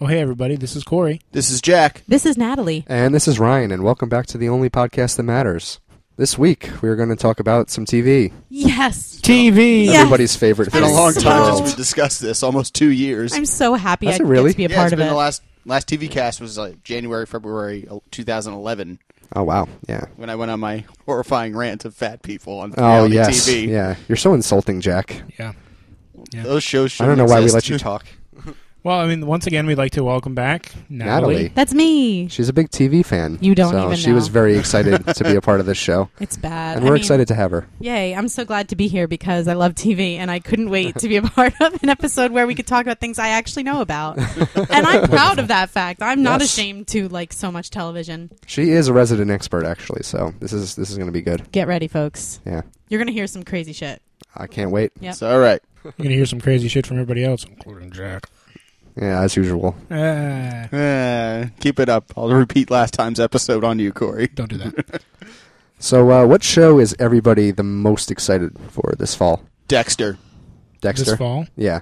Oh, hey, everybody. This is Corey. This is Jack. This is Natalie. And this is Ryan, and welcome back to the only podcast that matters. This week, we are going to talk about some TV. Yes. TV. Yeah. Yes. Everybody's favorite It's been a thing long in the time world. since we discussed this, almost two years. I'm so happy Has I it really? get to be a yeah, part it's of been it. the last last TV cast was like January, February uh, 2011 Oh, wow. Yeah. when I went on my horrifying rant of fat people on Oh, reality yes. TV. Yeah. You're so insulting, Jack. Yeah. Those shows. I don't know shouldn't why we exist. let you talk. Well, I mean, once again, we'd like to welcome back Natalie. Natalie. That's me. She's a big TV fan. You don't so even She know. was very excited to be a part of this show. It's bad. And I we're mean, excited to have her. Yay. I'm so glad to be here because I love TV and I couldn't wait to be a part of an episode where we could talk about things I actually know about. and I'm proud of that fact. I'm not Yes. ashamed to like so much television. She is a resident expert, actually, so this is this is going to be good. Get ready, folks. Yeah. You're going to hear some crazy shit. I can't wait. Yep. So, all right. You're going to hear some crazy shit from everybody else, including Jack. Yeah, as usual. Ah, Uh, keep it up. I'll repeat last time's episode on you, Corey. don't do that. So, uh, what show is everybody the most excited for this fall? Dexter. Dexter? This fall. Yeah.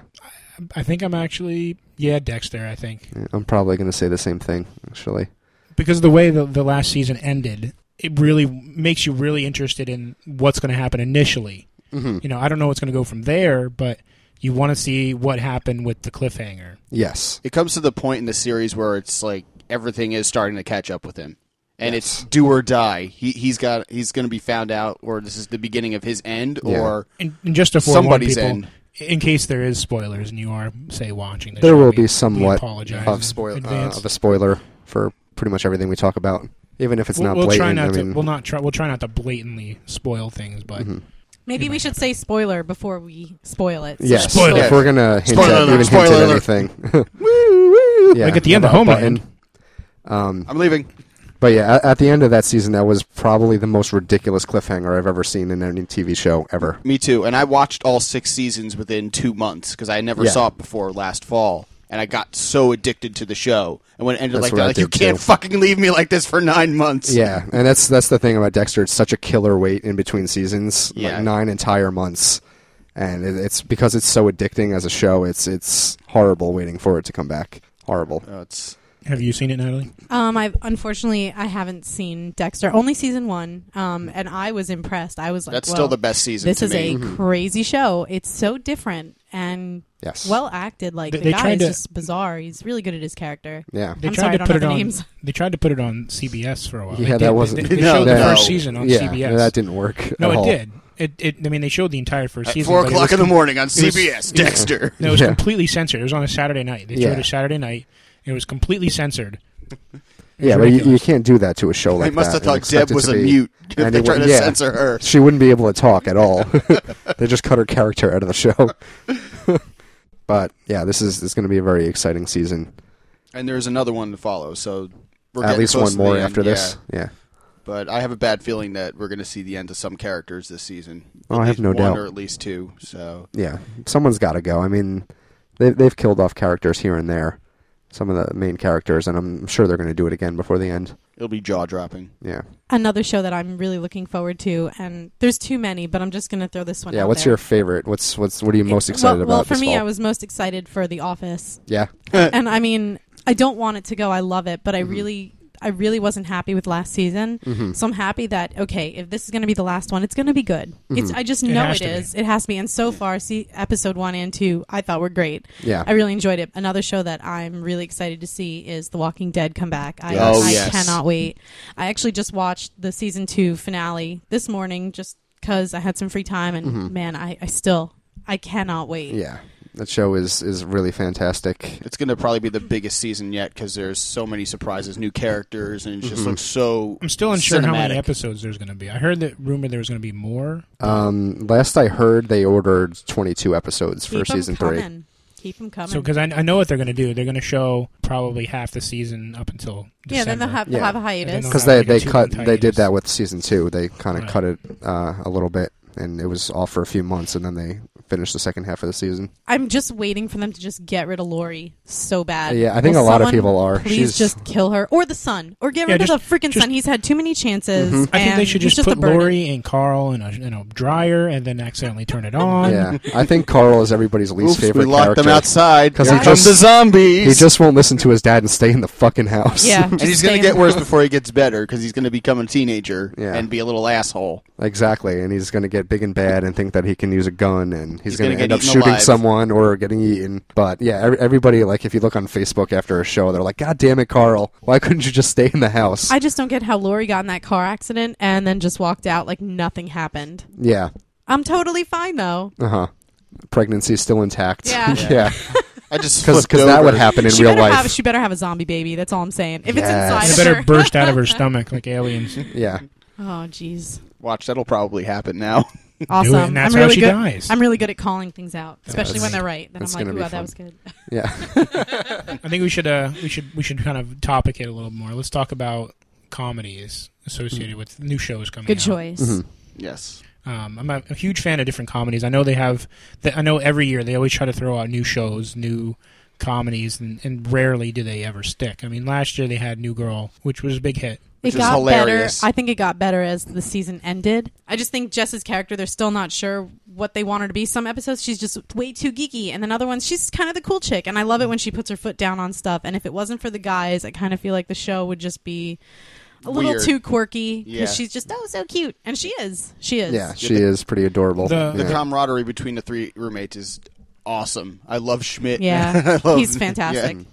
I think I'm actually, yeah, Dexter, I think. I'm probably going to say the same thing, actually. Because the way the, the last season ended, it really makes you really interested in what's going to happen initially. Mm-hmm. You know, I don't know what's going to go from there, but you want to see what happened with the cliffhanger. Yes. It comes to the point in the series where it's like everything is starting to catch up with him, and Yes. it's do or die. He, he's got he's going to be found out, or this is the beginning of his end, Yeah. or And, and just to forewarn Somebody's people, in. in case there is spoilers and you are, say, watching the There show, will we- be we somewhat apologize of, in spoil- uh, advance. of a spoiler for pretty much everything we talk about, even if it's we'll, not we'll blatant. try not I mean, Mm-hmm. to. We'll not try. We'll try not to blatantly spoil things, but Maybe we should say spoiler before we spoil it. So yes, Spoiler. if we're gonna hint Spoiler at, alert, even hint spoiler at alert. anything, yeah, Like at the end of about Homeland. button. Um, I'm leaving. but yeah, at, at the end of that season, that was probably the most ridiculous cliffhanger I've ever seen in any TV show ever. Me too. And I watched all six seasons within two months because I never Yeah. saw it before last fall. And I got so addicted to the show. And when it ended That's like what that, I like, you did, can't too." fucking leave me like this for nine months. Yeah, and that's that's the thing about Dexter. It's such a killer wait in between seasons, Yeah. like nine entire months, and it, it's because it's so addicting as a show. It's it's horrible waiting for it to come back. Horrible. Oh, it's, have you seen it, Natalie? Um, I have unfortunately I haven't seen Dexter. Only season one. Um, and I was impressed. I was like, that's well, still the best season This to is me. a Mm-hmm. crazy show. It's so different and Yes. well acted. Like They- the they guy tried is to- just bizarre. He's really good at his character. yeah. They I'm tried sorry, I to don't put know it the on. names. They tried to put it on CBS for a while. Yeah, They did. that They- wasn't- They, they No, showed the no. first season on yeah, CBS. That didn't work. no, at it all. did. It, it. I mean, they showed the entire first At season. four but it o'clock was in the com- morning on was- CBS, Dexter. No, it was Yeah. completely censored. It was on a Saturday night. They showed Yeah. it Saturday night. It was completely censored. It was Yeah, but you, you ridiculous. can't do that to a show I like that. must have and thought expect Deb it was to a be- mute if they anyone- tried to yeah. censor her. She wouldn't be able to talk at all. they just cut her character out of the show. but yeah, this is this is going to be a very exciting season. And there's another one to follow. So we're At getting least close one to the more end, after this. yeah. Yeah. But I have a bad feeling that we're going to see the end of some characters this season. Oh, At I have least no one doubt. or at least two. So yeah, someone's got to go. I mean, they, they've killed off characters here and there, some of the main characters, and I'm sure they're going to do it again before the end. it'll be jaw dropping. Yeah, Another show that I'm really looking forward to, and there's too many, but I'm just gonna throw this one. yeah. out What's there. your favorite? What's what's what are you most It- excited well, about? Well, for this me, fall? I was most excited for The Office. yeah, Uh. and I mean, I don't want it to go. I love it, but I Mm-hmm. really, I really wasn't happy with last season. So I'm happy that okay, if this is going to be the last one, it's going to be good. Mm-hmm. It's I just It know has it to be. is. It has to be. And so far, see, episode one and two, I thought were great. Yeah. I really enjoyed it. Another show that I'm really excited to see is The Walking Dead come back. I, Yes. I Oh, yes. cannot wait. I actually just watched the season two finale this morning just because I had some free time, and man, I, I still. I cannot wait. Mm-hmm. yeah. That show is is really fantastic. It's going to probably be the biggest season yet because there's so many surprises, new characters, and it just Mm-hmm. looks so. I'm still unsure how many cinematic. episodes there's going to be. I heard that rumor there was going to be more. Um, last I heard, they ordered 22 episodes for Keep 'em season three. coming. Keep them coming. So, because I, I know what they're going to do, they're going to show probably half the season up until December. Yeah, then they'll have, Yeah. they'll have a And hiatus. then because Wow, they like a they two cut entire they did years. that with season two. They kind of Right. cut it uh, a little bit, and it was off for a few months, and then they finish the second half of the season. I'm just waiting for them to just get rid of Lori so bad. Yeah, I think Will a lot of someone people are. Please She's- just kill her or the son or get Yeah, rid of just- the freaking just- son. He's had too many chances. Mm-hmm. I think they and should he's just, put a burden. Lori and Carl in a, in a dryer and then accidentally turn it on. Yeah, I think Carl is everybody's least Oops, favorite we locked character. them outside. 'Cause Here he come just- the zombies. He just won't listen to his dad and stay in the fucking house. Yeah, and just he's going stay to in get the worse house. before he gets better because he's going to become a teenager Yeah. and be a little asshole. exactly. And he's going to get big and bad and think that he can use a gun and he's, He's going gonna to get end up eaten shooting alive. someone or getting eaten. But yeah, every, everybody like if you look on Facebook after a show, they're like, "God damn it, Carl! Why couldn't you just stay in the house?" I just don't get how Lori got in that car accident and then just walked out like nothing happened. yeah, I'm totally fine though. uh huh. Pregnancy still intact. Yeah. yeah, I just because flipped that over. would happen in she real better life. have she better have a zombie baby. That's all I'm saying. If Yes. And it it's inside of better her. burst out of her stomach like aliens. yeah, oh jeez. Watch, that'll probably happen now. Awesome. and that's I'm how really she good. dies. I'm really good at calling things out, especially when they're right. Then I'm that's like, gonna "Ooh, be wow, fun. that was good." yeah. I think we should uh, we should we should kind of topic it a little more. Let's talk about comedies associated with new shows coming Mm. Good out. choice. Mhm. yes. Um, I'm a, a huge fan of different comedies. I know they have. They, I know every year they always try to throw out new shows, new comedies, and, and rarely do they ever stick. I mean, last year they had New Girl, which was a big hit. Which it is got hilarious. better. I think it got better as the season ended. I just think Jess's character, they're still not sure what they want her to be. Some episodes, she's just way too geeky. And then other ones, she's kind of the cool chick. And I love it when she puts her foot down on stuff. And if it wasn't for the guys, I kind of feel like the show would just be a little Weird. too quirky. Because Yeah. she's just, oh, so cute. And she is. She is. Yeah, she is pretty adorable. The- The Yeah. camaraderie between the three roommates is awesome. I love Schmidt. Yeah. I love- He's fantastic. Yeah.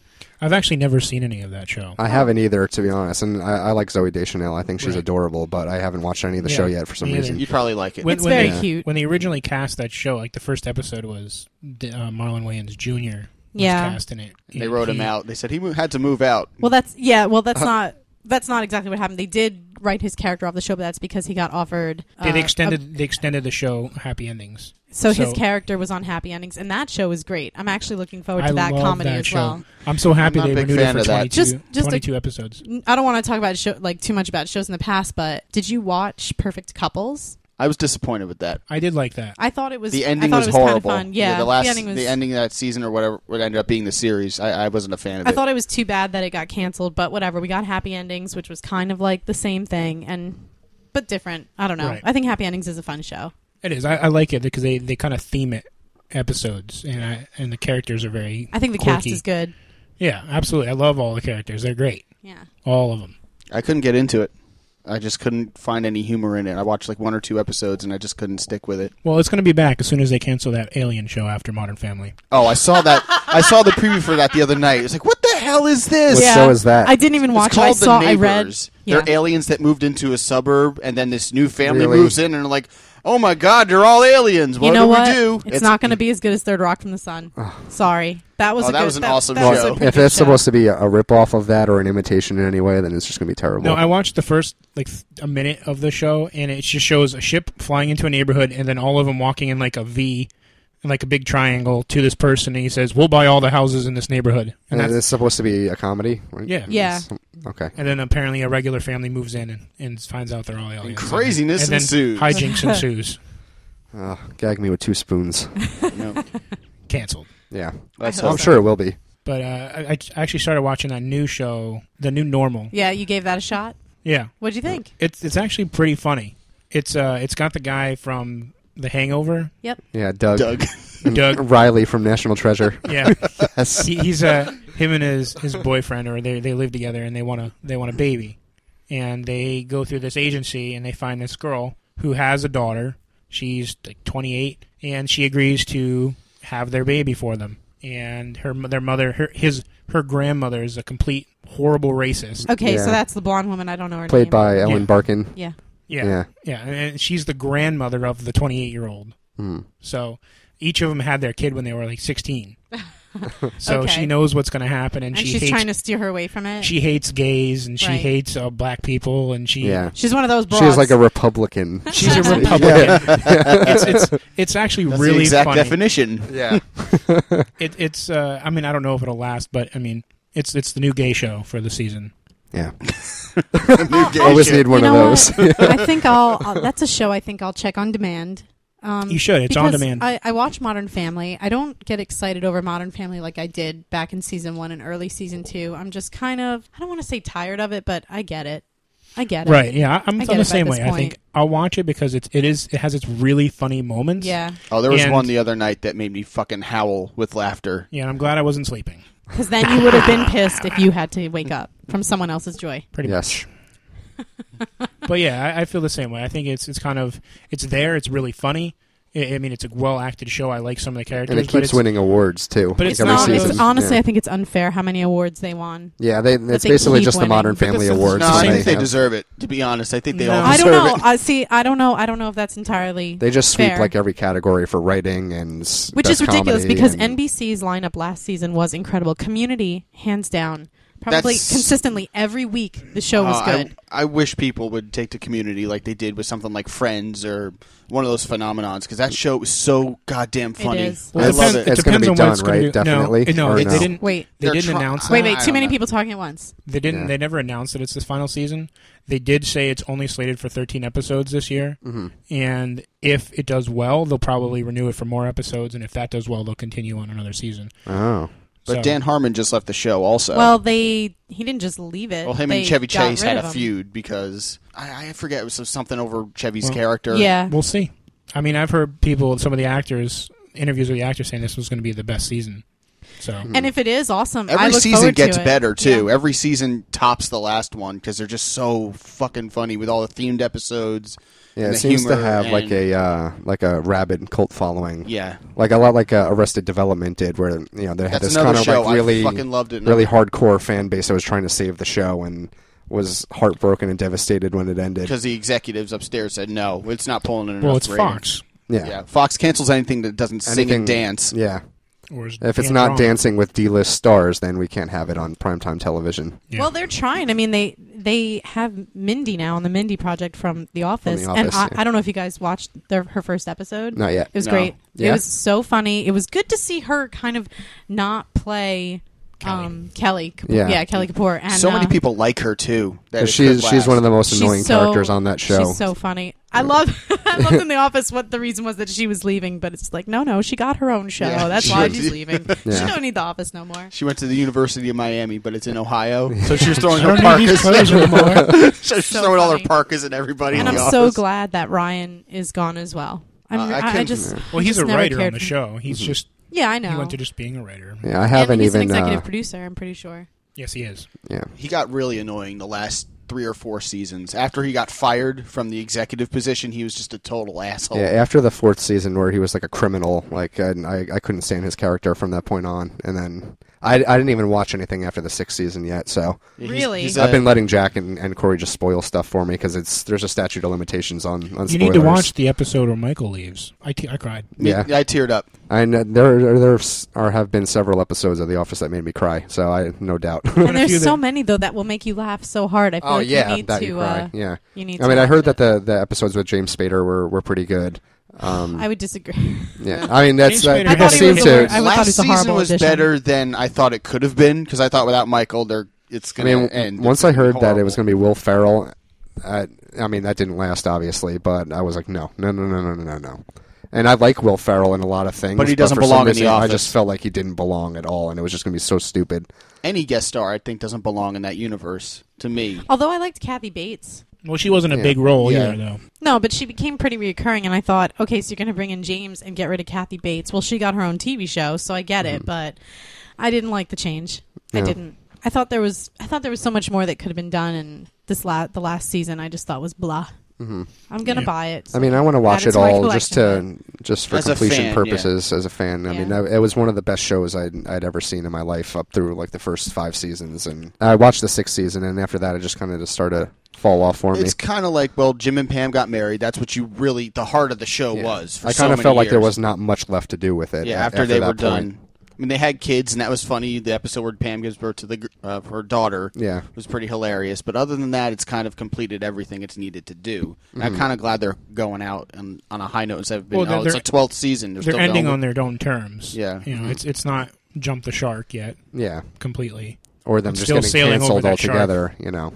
I've actually never seen any of that show. I haven't either, to be honest. And I, I like Zoe Deschanel. I think Oh. she's Right. adorable, but I haven't watched any of the Yeah, show yet for some me either. reason. You'd probably like it. When- It's when very they- cute. When they originally cast that show, like the first episode was D- uh, Marlon Wayans Jr. was Yeah. cast in it. they wrote him He- out. They said he mo- had to move out. Well, that's, yeah, well, that's Uh-huh. not. That's not exactly what happened. They did write his character off the show, but that's because he got offered. They, they uh, a extended they extended the show Happy Endings. So, his So- character was on Happy Endings, and that show is great. I'm actually looking forward Oh, to I that love comedy that as show. well. I'm so happy I'm not they a big renewed fan it for of that. 22, Just- just a- 22 episodes. N- I don't want to talk about show, like too much about shows in the past, but did you watch Perfect Couples? I was disappointed with that. I did like that. I thought it was The I ending thought was, it was horrible. Kind of fun. Yeah, the last ending was. of that season or whatever what ended up being the series. I, I wasn't a fan of I it. thought it was too bad that it got canceled, but whatever. We got Happy Endings, which was kind of like the same thing and but different. I don't know. Right. I think Happy Endings is a fun show. It is. I, I like it because they, they kind of theme it episodes, and I, and the characters are very. I think the cast quirky. is good. Yeah, absolutely. I love all the characters. They're great, Yeah. all of them. I couldn't get into it. I just couldn't find any humor in it. I watched like one or two episodes and I just couldn't stick with it. Well, it's going to be back as soon as they cancel that Alien show after Modern Family. Oh, I saw that. I saw the preview for that the other night. It's like, what the hell is this? What yeah. show is that? I didn't even watch it's it. I called saw the I read. neighbors. Yeah. They're aliens that moved into a suburb, and then this new family Really? moves in, and they're like, "Oh my God, you're all aliens! What you know do what? we do?" It's, not going to be as good as Third Rock from the Sun. Sorry, that was Oh, a that good- was an awesome that show. was a pretty if good that's show. supposed to be a, a rip-off of that or an imitation in any way, then it's just going to be terrible. No, I watched the first like th- a minute of the show, and it just shows a ship flying into a neighborhood, and then all of them walking in like a V, like a big triangle to this person, and he says, "We'll buy all the houses in this neighborhood," and and that's it's supposed to be a comedy, right? yeah. yeah, Okay. And then apparently a regular family moves in and, and finds out they're all aliens. craziness and then ensues. Hijinks ensues. Uh, gag me with two spoons. No. Canceled. Yeah. That's I hope Well, I'm awesome. so. sure it will be. But uh, I, I actually started watching that new show, The New Normal. yeah. You gave that a shot. Yeah, What'd you think? it's it's actually pretty funny. It's uh, it's got the guy from The Hangover, Yeah, Doug. Doug. And Doug. Riley from National Treasure. Yeah, Yes. he, he's uh, him and his his boyfriend, or they they live together, and they want to they want a baby, and they go through this agency, and they find this girl who has a daughter. She's like 28, and she agrees to have their baby for them. And her their mother, her his her grandmother is a complete horrible racist. Okay, Yeah. so that's the blonde woman. I don't know her Played name. by Ellen Yeah. Barkin. Yeah. Yeah. Yeah. Yeah. And she's the grandmother of the 28 year old. Hmm. So each of them had their kid when they were like 16. so Okay. she knows what's going to happen and, and, she she's hates trying to steer her away from it. she hates gays and she Right. hates uh, black people and she Yeah. she's one of those broads. She's like a Republican. she's a republican. it's, it's it's actually That's really the exact funny. definition. Yeah. It, it's uh, I mean I don't know if it'll last but I mean it's it's the new gay show for the season. Yeah. New gay Always shit. need one you of know those. What? I think I'll, I'll. That's a show I think I'll check on demand. Um, You should. It's on because demand. I, I watch Modern Family. I don't get excited over Modern Family like I did back in season one and early season two. I'm just kind of, I don't want to say tired of it, but I get it. I get it. Right. Yeah, I- I'm, I I'm get it the by same this way. I think point. I'll watch it because it's it is it has its really funny moments. Yeah. Oh, there was And- one the other night that made me fucking howl with laughter. Yeah, and I'm glad I wasn't sleeping. Because then you would have been pissed if you had to wake up from someone else's joy. Pretty Yes. much. But yeah, I, I feel the same way. I think it's it's kind of it's there. It's really funny. I, I mean, it's a well acted show. I like some of the characters. And it but keeps it's, winning awards too. but It's Every not. season. It's, honestly, yeah. I think it's unfair how many awards they won. Yeah, they, it's they basically keep just winning. the Modern But this Family is- Awards. No, that I they think they have. deserve it. To be honest, I think they all No. I deserve don't know. it. I see. I don't know. I don't know if that's entirely. They just sweep fair. like every category for writing and s- which is best ridiculous comedy because and- NBC's lineup last season was incredible. Community, hands down, probably That's- consistently every week the show was Uh, good. I, I wish people would take to community like they did with something like Friends or one of those phenomenons because that show is so goddamn funny. is. Well, I it love depends, it. It's gonna depends be on done, what it's going right? to do. Definitely, No, no, or they no? didn't. Wait. they They're didn't try- announce. wait, it. wait. I Too don't many know. people talking at once. They didn't. Yeah. They never announced that it's the final season. They did say it's only slated for 13 episodes this year, Mhm. and if it does well, they'll probably renew it for more episodes. And if that does well, they'll continue on another season. Oh, But So- Dan Harmon just left the show also. Well, they he didn't just leave Uh, it. Well, him They and Chevy got Chase rid had of a him. feud because I, I forget it was something over Chevy's Well, character. Yeah. we'll see. I mean, I've heard people, some of the actors, interviews with the actors saying this was going to be the best season. So Hmm. And if it is awesome, I Every look season forward to gets it. better too. Yeah. Every season tops the last one because they're just so fucking funny with all the themed episodes. yeah. and It the seems to humor have like and- a uh, like a rabid cult following. yeah. Like a lot like uh, Arrested Development did, where you know they had That's this kind another of show. like really I fucking loved it. really hardcore fan base that was trying to save the show and was heartbroken and devastated when it ended. because the executives upstairs said no, it's not pulling in enough. well, it's ratings." Fox. Yeah, Yeah. Fox cancels anything that doesn't sing Anything- and dance. yeah. Or is If it's Dan not wrong? dancing with D-list stars, then we can't have it on primetime television. Yeah. Well, they're trying. I mean, they they have Mindy now on the Mindy project from The Office, and Office, I, yeah. I don't know if you guys watched their, her first episode. Not yet. It was No. great. It Yeah? was so funny. It was good to see her kind of not play Kelly. Um, Kelly Kapoor. Yeah. Yeah. Kelly Kapoor. And, so many uh, people like her too. That it She's could she's last. one of the most she's annoying so- characters on that show. She's so funny. I love. I loved in The Office what the reason was that she was leaving, but it's like no, no, she got her own show. Yeah. That's She why went she's to- leaving. She Yeah. don't need The Office no more. She went to the University of Miami, but it's in Ohio, so she was throwing I her don't need these parkas. clothes anymore. so she's So throwing all her funny. parkas at everybody. And in I'm the so office. glad that Ryan is gone as well. I'm, Uh, I I, I can- just Well, he's just a never writer on cared the for- show. He's just yeah, I know. he went to just being a writer. Mm-hmm. yeah, I And haven't he's even an executive uh, producer. I'm pretty sure. Yes, he is. yeah. He got really annoying the last three or four seasons. After he got fired from the executive position, he was just a total asshole. Yeah, after the fourth season where he was like a criminal, like and I, I couldn't stand his character from that point on. And then I, I didn't even watch anything after the sixth season yet. So He's- Really? he's I've a- been letting Jack and, and Corey just spoil stuff for me because it's there's a statute of limitations on on spoilers. You need to watch the episode where Michael leaves. I, te- I cried. Yeah, I teared up. and uh, there there s- are have been several episodes of The Office that made me cry. So I no doubt. a And few there's so that- many though that will make you laugh so hard. I feel oh like you yeah, need that to. you cry. uh, yeah, You need. I to mean I watch heard it. that the the episodes with James Spader were were pretty good. Um, I uh, would disagree. yeah, I mean that's James that, Spader I that thought he seemed was to. aware- I would- thought it Last was a season horrible was addition. better than I thought it could have been because I thought without Michael, they're it's I going mean, to end. once It's gonna I be heard that it horrible. was going to be Will Ferrell, I, I mean that didn't last obviously, but I was like, no, no, no, no, no, no, no, no. And I like Will Ferrell in a lot of things, But he doesn't for some belong in The reason, I Office. just felt like he didn't belong at all, and it was just going to be so stupid. any guest star, I think doesn't belong in that universe to me. Although I liked Kathy Bates. Well, she wasn't a Yeah. big role Yeah. either, though. No, but she became pretty reoccurring, and I thought, okay, so you're going to bring in James and get rid of Kathy Bates. Well, she got her own TV show, so I get it, but I didn't like the change. I Mm-hmm. Yeah. didn't. I thought there was, I thought there was so much more that could have been done, and this la- the last season, I just thought was blah. I'm going to Yeah. buy it. Mm-hmm. I mean, I want to watch Add it it to my all just to collection. just for As a completion fan, purposes. As a fan, I Yeah. mean, I, it was one of the best shows I'd, I'd ever seen in my life up through like the first five seasons, and I watched the sixth season, and after that, it just kind of just started to fall off for me. It's kind of like well, Jim and Pam got married. That's what you really the heart of the show Yeah. was. For I so kind of many felt like there years. was not much left to do with it. yeah a- after, they that were point. done. I mean, they had kids, and that was funny. The episode where Pam gives birth to the gr- uh, her daughter Yeah. was pretty hilarious. But other than that, it's kind of completed everything it's needed to do. And Mm-hmm. I'm kind of glad they're going out and on a high note instead of being Well, they're- oh, it's they're- a 12th season. They're, They're still ending going on their own terms. Yeah. you know, it's it's not jump the shark yet Yeah. completely. or them It's just still getting sailing over canceled that shark. altogether, you know,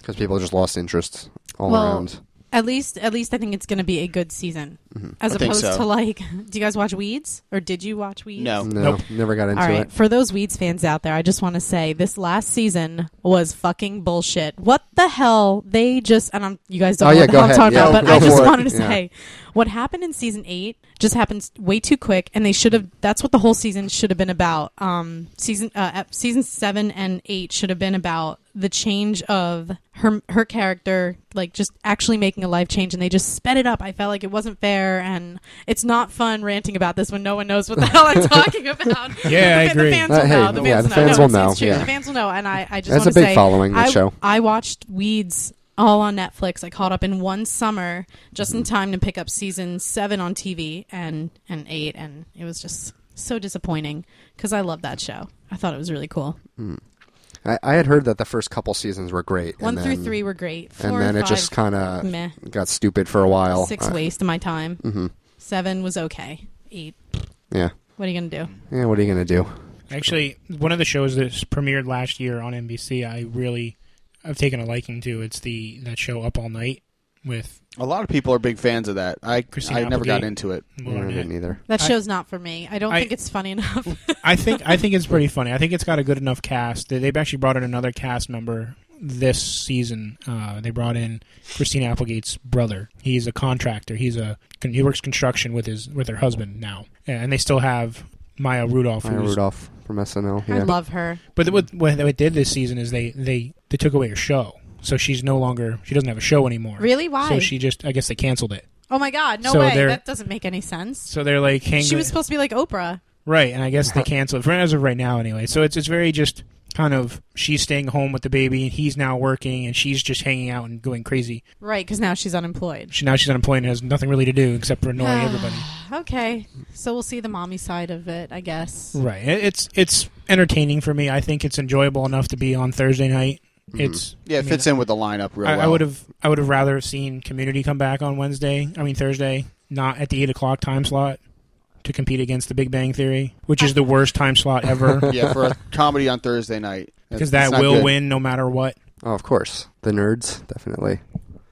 because people just lost interest all Well, around. Mm-hmm. At least, at least I think it's going to be a good season, as I think opposed so. to like. Do you guys watch Weeds, or did you watch Weeds? No. No, Nope. never got into All right, it. for those Weeds fans out there, I just want to say this last season was fucking bullshit. What the hell? They just and I'm you guys don't Oh, know yeah, what the go hell ahead. I'm talking Yeah, about, but go I just for it. wanted to Yeah. say what happened in season eight just happens way too quick, and they should have. That's what the whole season should have been about. Um, season uh, ep- season seven and eight should have been about the change of her her character, like just actually making a life change, and they just sped it up. I felt like it wasn't fair, and it's not fun ranting about this when no one knows what the hell I'm talking about. Yeah, I The fa- agree. The fans will Uh, hey, know. The yeah, fans, the fans know. will No, it's- know, it's true. yeah. The fans will know, and I, I just That's wanna a big say, following, that I, show. I watched Weeds all on Netflix. I caught up in one summer, just Mm-hmm. in time to pick up season seven on TV and and eight, and it was just so disappointing because I love that show. I thought it was really cool. I, I had heard that the first couple seasons were great. and One through then- three were great. Four and then and it five, just kind of meh. got stupid for a while. Six Uh, waste of my time. mhm. Seven was okay. Eight. Yeah. What are you gonna do? Yeah. What are you gonna do? Actually, one of the shows that's premiered last year on NBC, I really I've taken a liking to. It's the that show Up All Night with A lot of people are big fans of that. I Christina I never got Applegate. into it. Will No, I Arnett. didn't either. That I- show's not for me. I don't I- think it's funny enough. I think I think it's pretty funny. I think it's got a good enough cast. They- They've actually brought in another cast member this season. Uh, they brought in Christina Applegate's brother. He's a contractor. He's a he works construction with his with her husband now, and they still have Maya Rudolph. Maya who's- Rudolph from SNL. I Yeah. love her. But what what they did this season is they they they took away her show, so she's no longer she doesn't have a show anymore. Really? Why? So she just I guess they canceled it. Oh my God! No So way. they're- That doesn't make any sense. So they're like hanging She was supposed to be like Oprah. right, and I guess they canceled it as of right now anyway. So it's it's very just kind of she's staying home with the baby and he's now working and she's just hanging out and going crazy. Right, because now she's unemployed. She now she's unemployed and has nothing really to do except for annoying everybody. Okay, so we'll see the mommy side of it, I guess. Right. It- It's it's entertaining for me. I think it's enjoyable enough to be on Thursday night. It's Yeah, I it mean, fits in with the lineup real I, Mm-hmm. well. I would have I would have rather have seen Community come back on Wednesday. I mean Thursday, not at the eight o'clock time slot to compete against The Big Bang Theory, which is the worst time slot ever Yeah, for a comedy on Thursday night. because That's that not will good. win no matter what. Oh, of course. The nerds, definitely.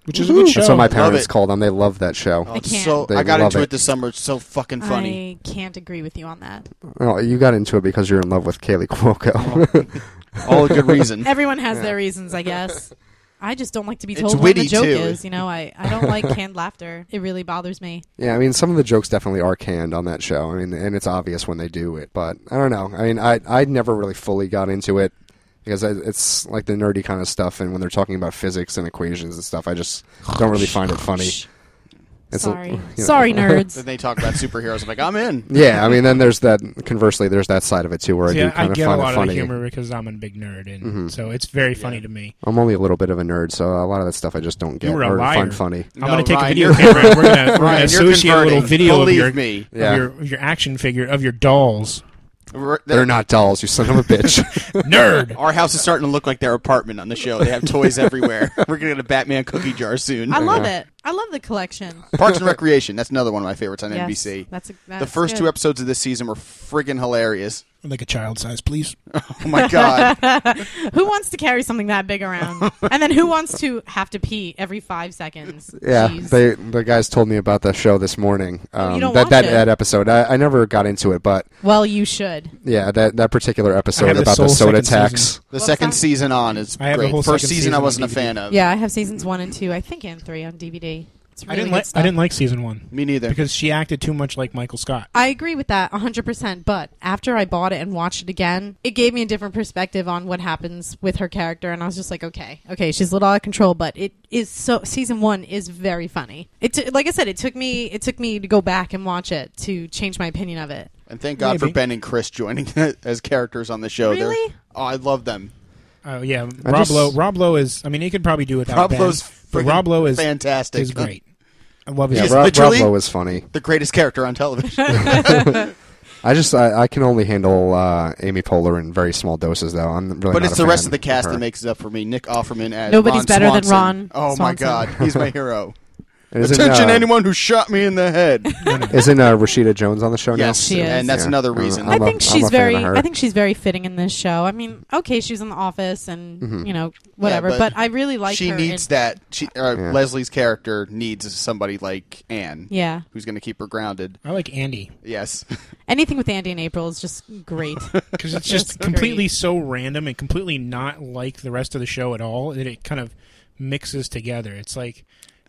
Which is a good show. That's what my Love parents it. call them. They love that show. Oh, I it's can't. so They I got love into it. it. this summer. It's so fucking funny. I can't agree with you on that. Oh, you got into it because you're in love with Kaylee Cuoco. All a good reason. Everyone has their reasons, I guess. I just don't like to be It's told what witty, the joke too. is. You know, I, I don't like canned laughter. It really bothers me. yeah, I mean, some of the jokes definitely are canned on that show. I mean, and it's obvious when they do it. But I don't know. I mean, I I never really fully got into it because I, it's like the nerdy kind of stuff. And when they're talking about physics and equations and stuff, I just don't really find it funny. It's a- Sorry, you know. sorry, nerds. Then they talk about superheroes. I'm like, I'm in. Yeah, I mean, then there's that. Conversely, there's that side of it too, where I Yeah, do I kind of get a find lot it of the funny. Mm-hmm. humor because I'm a big nerd, and so it's very funny to me. I'm only a little bit of a nerd, so a lot of that stuff I just don't get were a or liar. find funny. I'm going No, to take Ryan, a video you're- camera. and We're going to Ryan, you're associate a little converting. video Believe of your, me. of Yeah. your of your action figure of your dolls. We're- They're not dolls, you son of a bitch. Nerd. Our house is starting to look like their apartment on the show. They have toys everywhere. We're gonna get a Batman cookie jar soon. I love it. I love the collection. Parks and Recreation. That's another one of my favorites on Yes, NBC. That's, a, that's the first good. two episodes of this season were friggin' hilarious. like a child size, please. Oh my god! Who wants to carry something that big around? and then who wants to have to pee every five seconds? yeah, Jeez. they the guys told me about the show this morning. Oh, you Um, don't that watch that it. that episode, I, I never got into it, but well, you should. yeah, that that particular I have episode the about sole the soda second tax. season. The What's second that? season on is I have the great. whole First second season, season I on wasn't a DVD. fan of. Yeah, I have seasons one and two. I think and three on DVD. It's I really didn't good like I stuff. didn't like season one Me neither. because she acted too much like Michael Scott. I agree with that 100%. But after I bought it and watched it again, it gave me a different perspective on what happens with her character. And I was just like, okay, okay, she's a little out of control, but it is so. Season one is very funny. It t- like I said, it took me it took me to go back and watch it to change my opinion of it. and thank God Maybe. for Ben and Chris joining as characters on the show. They're- Really? oh, I love them. Oh yeah, Rob just- Lowe. Rob Lowe is. I mean, he could probably do without Rob Lowe's Ben, but friggin' Rob Lowe is fantastastic. Is great. I love his. Yeah, He's Rob, Rob literally- Lowe is funny. The greatest character on television. I just I, I can only handle uh, Amy Poehler in very small doses, though. I'm but really. not it's a the rest fan of the cast her. that makes it up for me. Nick Offerman as Nobody's Ron better than Swanson. Ron Oh my Swanson. God, he's my hero. And isn't, Attention, uh, anyone who shot me in the head. Isn't uh, Rashida Jones on the show now? yes, She is. and that's Yeah. another I don't reason. know. I I'm a- think I'm she's a fan of very. her. I think she's very fitting in this show. I mean, okay, she was in the office and Mm-hmm. you know whatever, but but, I really like she her. needs in- that. She, uh, Yeah. Leslie's character needs somebody like Anne, Yeah, who's going to keep her grounded. I like Andy Yes, anything with Andy and April is just great. because it's just That's completely great. so random and completely not like the rest of the show at all that it kind of mixes together. It's like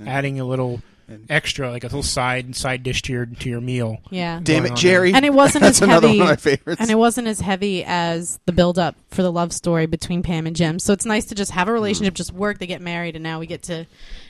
adding a little extra, like a little side side dish to your to your meal. yeah, damn on it, there. Jerry. and it wasn't that's as another heavy. one of my favorites. and it wasn't as heavy as the build up for the love story between Pam and Jim. So it's nice to just Mm-hmm. have a relationship, just work. They get married, and now we get to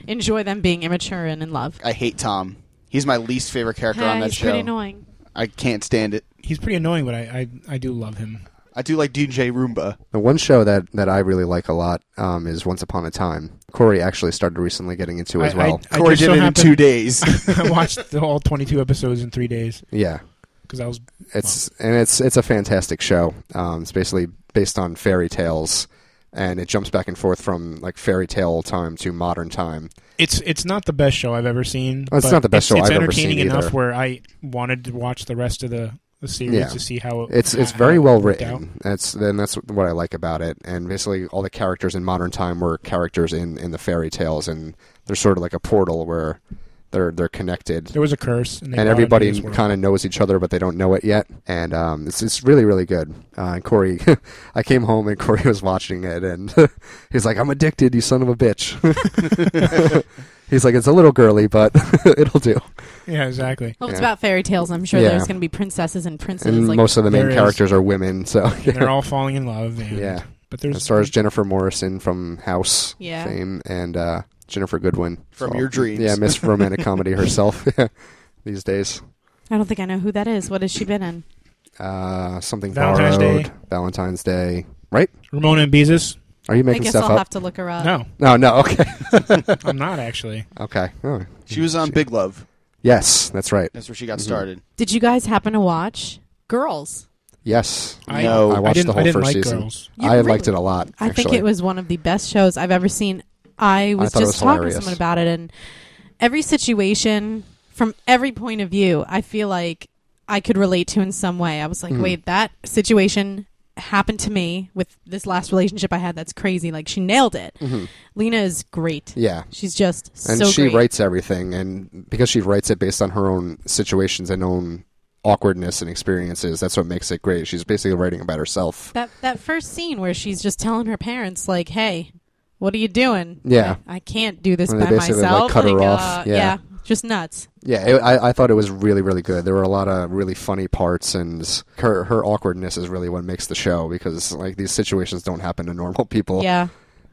enjoy them being immature and in love. I hate Tom. He's my least favorite character on Yeah, that he's show. pretty annoying. I can't stand it. He's pretty annoying, but I I, I do love him. I do like DJ Roomba. The one show that, that I really like a lot um, is Once Upon a Time. Corey actually started recently getting into as I- well. I Corey just did so it in happen- two days. I watched the, all 22 episodes in three days yeah, because I was it's and it's it's a fantastic show. Um, it's basically based on fairy tales, and it jumps back and forth from like fairy tale time to modern time. It's it's not the best show I've ever seen. It's but not the best show it's I've ever entertaining seen enough either. where I wanted to watch the rest of the, the series Yeah. to see how it, It's it's how very it well worked out. written. That's then that's what I like about it. And basically, all the characters in modern time were characters in, in the fairy tales, and they're sort of like a portal where they're they're connected. There was a curse, and, they brought and it everybody into this world. kind of knows each other, but they don't know it yet. And um, it's it's really really good. Uh, and Corey, I came home and Corey was watching it, and he's like, "I'm addicted, you son of a bitch." he's like, "It's a little girly, but it'll do." yeah, exactly. Well, it's Yeah. about fairy tales. I'm sure Yeah. there's going to be princesses and princes. And like, most of the there main is- characters are women, so And they're all falling in love. And, Yeah. but there's It stars Jennifer Morrison from House Yeah. fame and uh, Jennifer Goodwin From So- Your Dreams. Yeah, Miss Romantic Comedy herself these days. I don't think I know who that is. What has she been in? Uh, something Valentine's borrowed. Day. Valentine's Day. Right? Ramona and Beezus. Are I you making guess stuff I'll up? have to look her up. No, No, Oh, no. Okay, I'm not actually. okay. Oh. she was on Big Love. Yes, that's right. That's where she Mm-hmm. got started. Did you guys happen to watch Girls? Yes, I, No. I watched didn't, the whole I didn't first like season. Girls. You I really- liked it a lot. I think actually. it was one of the best shows I've ever seen. I was thought it just was talking hilarious. to someone about it, and every situation from every point of view, I feel like I could relate to in some way. I was like, Mhm. wait, that situation happened to me with this last relationship I had. That's crazy. Like she nailed it. Mhm. Lena is great. Yeah, She's just and so she great. writes everything, and because she writes it based on her own situations and own awkwardness and experiences, that's what makes it great. She's basically writing about herself. That that first scene where she's just telling her parents, like, "Hey, what are you doing? Yeah. I, I can't do this And they by basically, like, myself." cut her off. uh, Yeah. just nuts. Yeah, it, I, I thought it was really, really good. There were a lot of really funny parts, and her her awkwardness is really what makes the show because like these situations don't happen to normal people. yeah,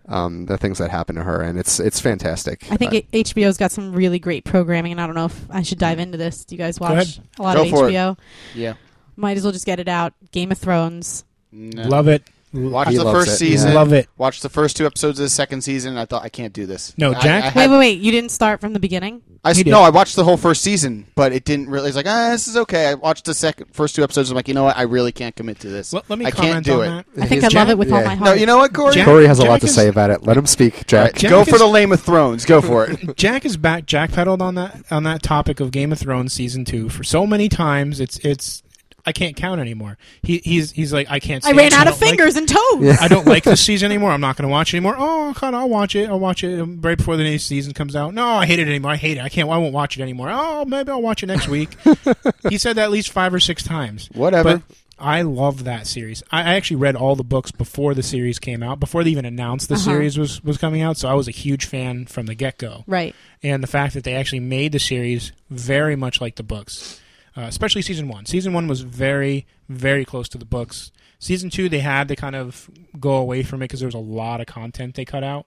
Um, the things that happen to her, and it's it's fantastic. I think it, HBO's got some really great programming, and I don't know if I should dive into this. Do you guys watch a lot Go of for it. HBO? Yeah. Might as well just get it out. Game of Thrones. No. Love it. Watch He the loves first it, season. yeah. Love it. Watched the first two episodes of the second season, and I thought I can't do this. No, I- Jack- I, Wait, had- wait, wait! You didn't start from the beginning. I s- He did. no, I watched the whole first season, but it didn't really. It's like ah, this is okay. I watched the second first two episodes. I'm like, you know what? I really can't commit to this. Let, let me I can't comment do on it. that. I think He's I love Jack- it with all yeah. my heart. No, you know what, Corey? Jack- Corey has a lot Jack to is- say about it. Let him speak, All Jack. right, Jack go for is- the Lame of Thrones. Go for it. Jack is back jackpedaled on that on that topic of Game of Thrones season two for so many times. It's it's I can't count anymore. He he's he's like I can't. I stand ran this. out of don't like- fingers and toes. I don't like this season anymore. I'm not going to watch it anymore. Oh, God, I'll watch it. I'll watch it um, right before the next season comes out. No, I hate it anymore. I hate it. I can't. I won't watch it anymore. Oh, maybe I'll watch it next week. he said that at least five or six times. Whatever. But I love that series. I, I actually read all the books before the series came out, before they even announced the Uh-huh. series was was coming out. So I was a huge fan from the get go Right. and the fact that they actually made the series very much like the books, uh, especially season one. Season one was very, very close to the books. Season two, they had to kind of go away from it because there was a lot of content they cut out,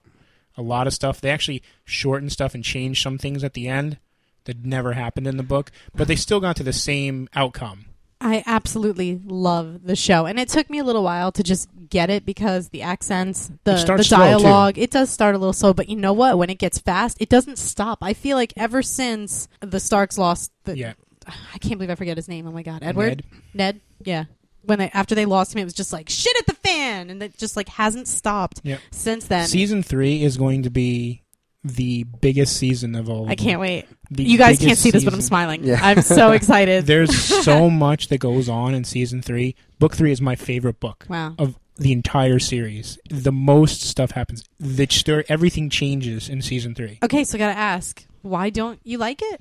a lot of stuff. They actually shortened stuff and changed some things at the end that never happened in the book, but they still got to the same outcome. I absolutely love the show, and it took me a little while to just get it because the accents, the, It the starts slow, too. dialogue, it does start a little slow. But you know what? When it gets fast, it doesn't stop. I feel like ever since the Starks lost, the, Yeah, I can't believe I forget his name. Oh my god, Edward, Ned. Ned, yeah. When they after they lost him, it was just like shit at the fan, and it just like hasn't stopped Yep. since then. Season three is going to be the biggest season of all. I of them. can't wait. The you guys can't biggest see this, but I'm season. smiling. Yeah. I'm so excited. There's so much that goes on in season three. Book three is my favorite book wow. of the entire series. The most stuff happens. The story, everything changes in season three. Okay, so I gotta ask, why don't you like it?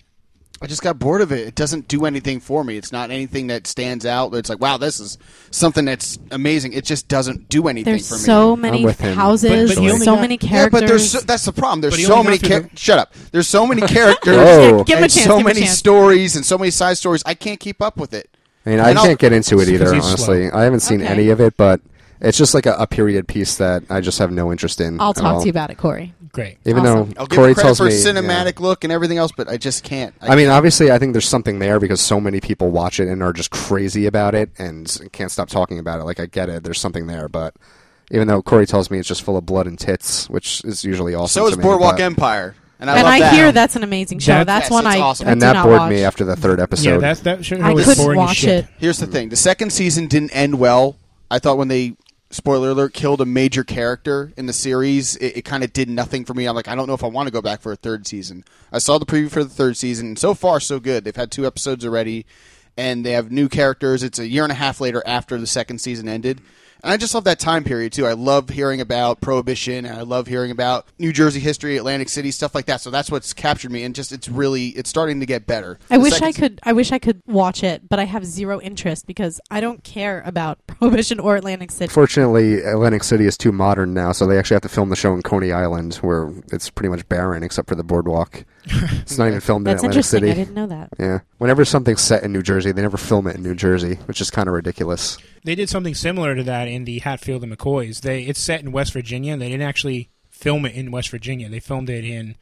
I just got bored of it. It doesn't do anything for me. It's not anything that stands out. It's like, wow, this is something that's amazing. It just doesn't do anything There's for me. so I'm many with him. houses, But- but he only so got- many yeah, characters. but there's so, that's the problem. But There's he so only many. got through Char- Shut up. There's so many characters. Whoa. Give him a and chance. so give him many a chance. stories and so many side stories. I can't keep up with it. I mean, I And I'll- can't get into It's it 'cause either. he's Honestly, I haven't seen Okay. any of it, but it's just like a, a period piece that I just have no interest in. I'll at talk all. to you about it, Corey. Great. Even Awesome. though I'll give Corey it credit tells for me yeah. cinematic look and everything else, but I just can't. I mean, obviously, I think there's something there because so many people watch it and are just crazy about it and can't stop talking about it. Like, I get it. There's something there, but even though Corey tells me it's just full of blood and tits, which is usually awesome. so is to me, Boardwalk but- Empire, and I and love I that. hear that's an amazing show. That- that's Yes, one it's I, awesome. I and do that not bored watch. me after the third episode. Yeah, that that show I was couldn't boring as watch shit. it. Here's the thing: the second season didn't end well. I thought when they spoiler alert killed a major character in the series, it, it kind of did nothing for me. I'm like, I don't know if I want to go back for a third season. I saw the preview for the third season, and so far so good. They've had two episodes already, and they have new characters. It's a year and a half later after the second season ended. And I just love that time period too. I love hearing about prohibition, and I love hearing about New Jersey history, Atlantic City stuff like that. So that's what's captured me, and just it's really it's starting to get better. I The wish second I could. I wish I could watch it, but I have zero interest because I don't care about Prohibition or Atlantic City. Fortunately, Atlantic City is too modern now, so they actually have to film the show in Coney Island, where it's pretty much barren except for the boardwalk. it's not even filmed That's in Atlantic interesting. I City. didn't know that. Yeah. Whenever something's set in New Jersey, they never film it in New Jersey, which is kind of ridiculous. They did something similar to that in the Hatfield and McCoys. They it's set in West Virginia. and They didn't actually film it in West Virginia. They filmed it in,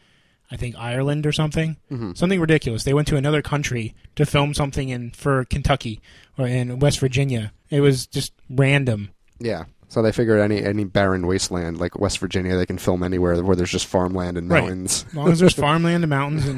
I think, Ireland or something. Something ridiculous. They went to another country to film something in for Kentucky or in West Virginia. It was just random. Yeah. So they figured any any barren wasteland like West Virginia, they can film anywhere where there's just farmland and Right. mountains. As long as there's farmland and mountains, and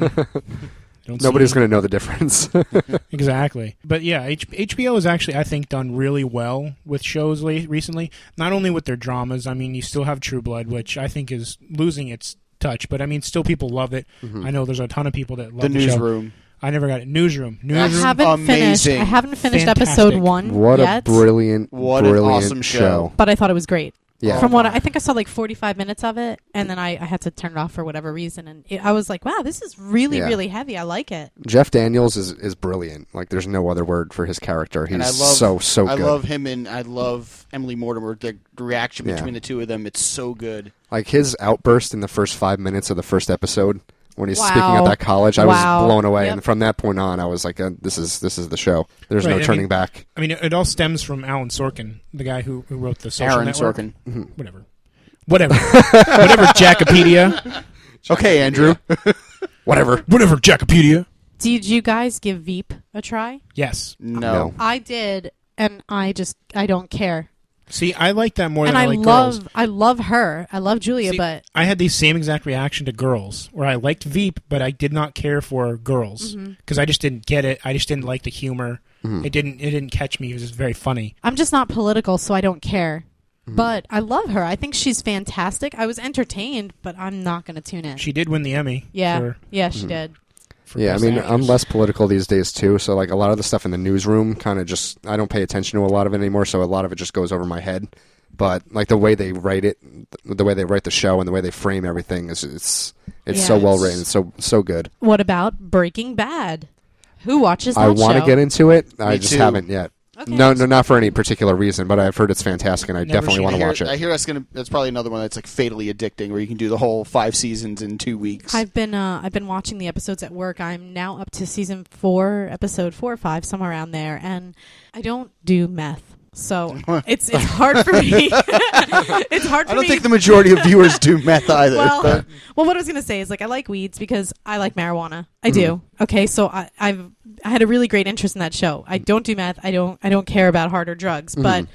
don't see- Nobody's going to know the difference. Mm, Exactly. But yeah, H- HBO has actually, I think, done really well with shows la- recently. Not only with their dramas, I mean, you still have True Blood, which I think is losing its touch, but I mean, still people love it. I know there's a ton of people that love Mm-hmm. the the, show. newsroom. I never got it. Newsroom. I Newsroom. haven't amazing. finished. I haven't finished Fantastic. episode one what a yet, brilliant, What an brilliant awesome show. but I thought it was great. Yeah. From what I I think I saw like 45 minutes of it, and then I, I had to turn it off for whatever reason. And it, I was like, wow, this is really, Yeah. really heavy. I like it. Jeff Daniels is, is brilliant. Like there's no other word for his character. He's and I love so so I good. love him and I love Emily Mortimer. The reaction Yeah. between the two of them, it's so good. like his outburst in the first five minutes of the first episode when he's speaking Wow. at that college, I Wow. was blown away. Yep. And from that point on, I was like, uh, "This is this is the show. There's Right, I no mean- turning back." I mean, it, it all stems from Alan Sorkin, the guy who, who wrote the social Aaron network. Sorkin. Whatever. Whatever. Whatever, Jackopedia. Okay, Andrew. Whatever. Whatever, Jackopedia. Did you guys give Veep a try? Yes. no. No. I did, and I just I don't care. See, I like that more and than I, I like love girls. I love her. I love Julia, See, but I had the same exact reaction to Girls, where I liked Veep, but I did not care for Girls Mm-hmm. because I just didn't get it. I just didn't like the humor. Mm-hmm. It didn't. It didn't catch me. It was just very funny. I'm just not political, so I don't care. Mm-hmm. But I love her. I think she's fantastic. I was entertained, but I'm not going to tune in. She Mm-hmm. did win the Emmy. yeah, For, yeah, she did. for Yeah, I Best mean, Actress. I'm less political these days too. So like a lot of the stuff in the newsroom, kind of just I don't pay attention to a lot of it anymore. So a lot of it just goes over my head. But like the way they write it, the way they write the show, and the way they frame everything is it's it's Yeah. so well written. It's so so good. What about Breaking Bad? Who watches that I want to show? get into it. I Me just too. haven't yet. Okay. No, no, not for any particular reason, but I've heard it's fantastic, and I Never definitely seen want I to hear, watch I it. Uh, hear that's gonna. That's probably another one that's like fatally addicting, where you can do the whole five seasons in two weeks. I've been uh, I've been watching the episodes at work. I'm now up to season four, episode four or five, somewhere around there. And I don't do meth, so it's it's hard for me. it's hard for I don't me. think the majority of viewers do meth either. well, Uh, but well, what I was gonna say is like I like weeds because I like marijuana. I Mm-hmm. do. Okay, so I, I've I had a really great interest in that show. Mm-hmm. I don't do meth. I don't I don't care about harder drugs. But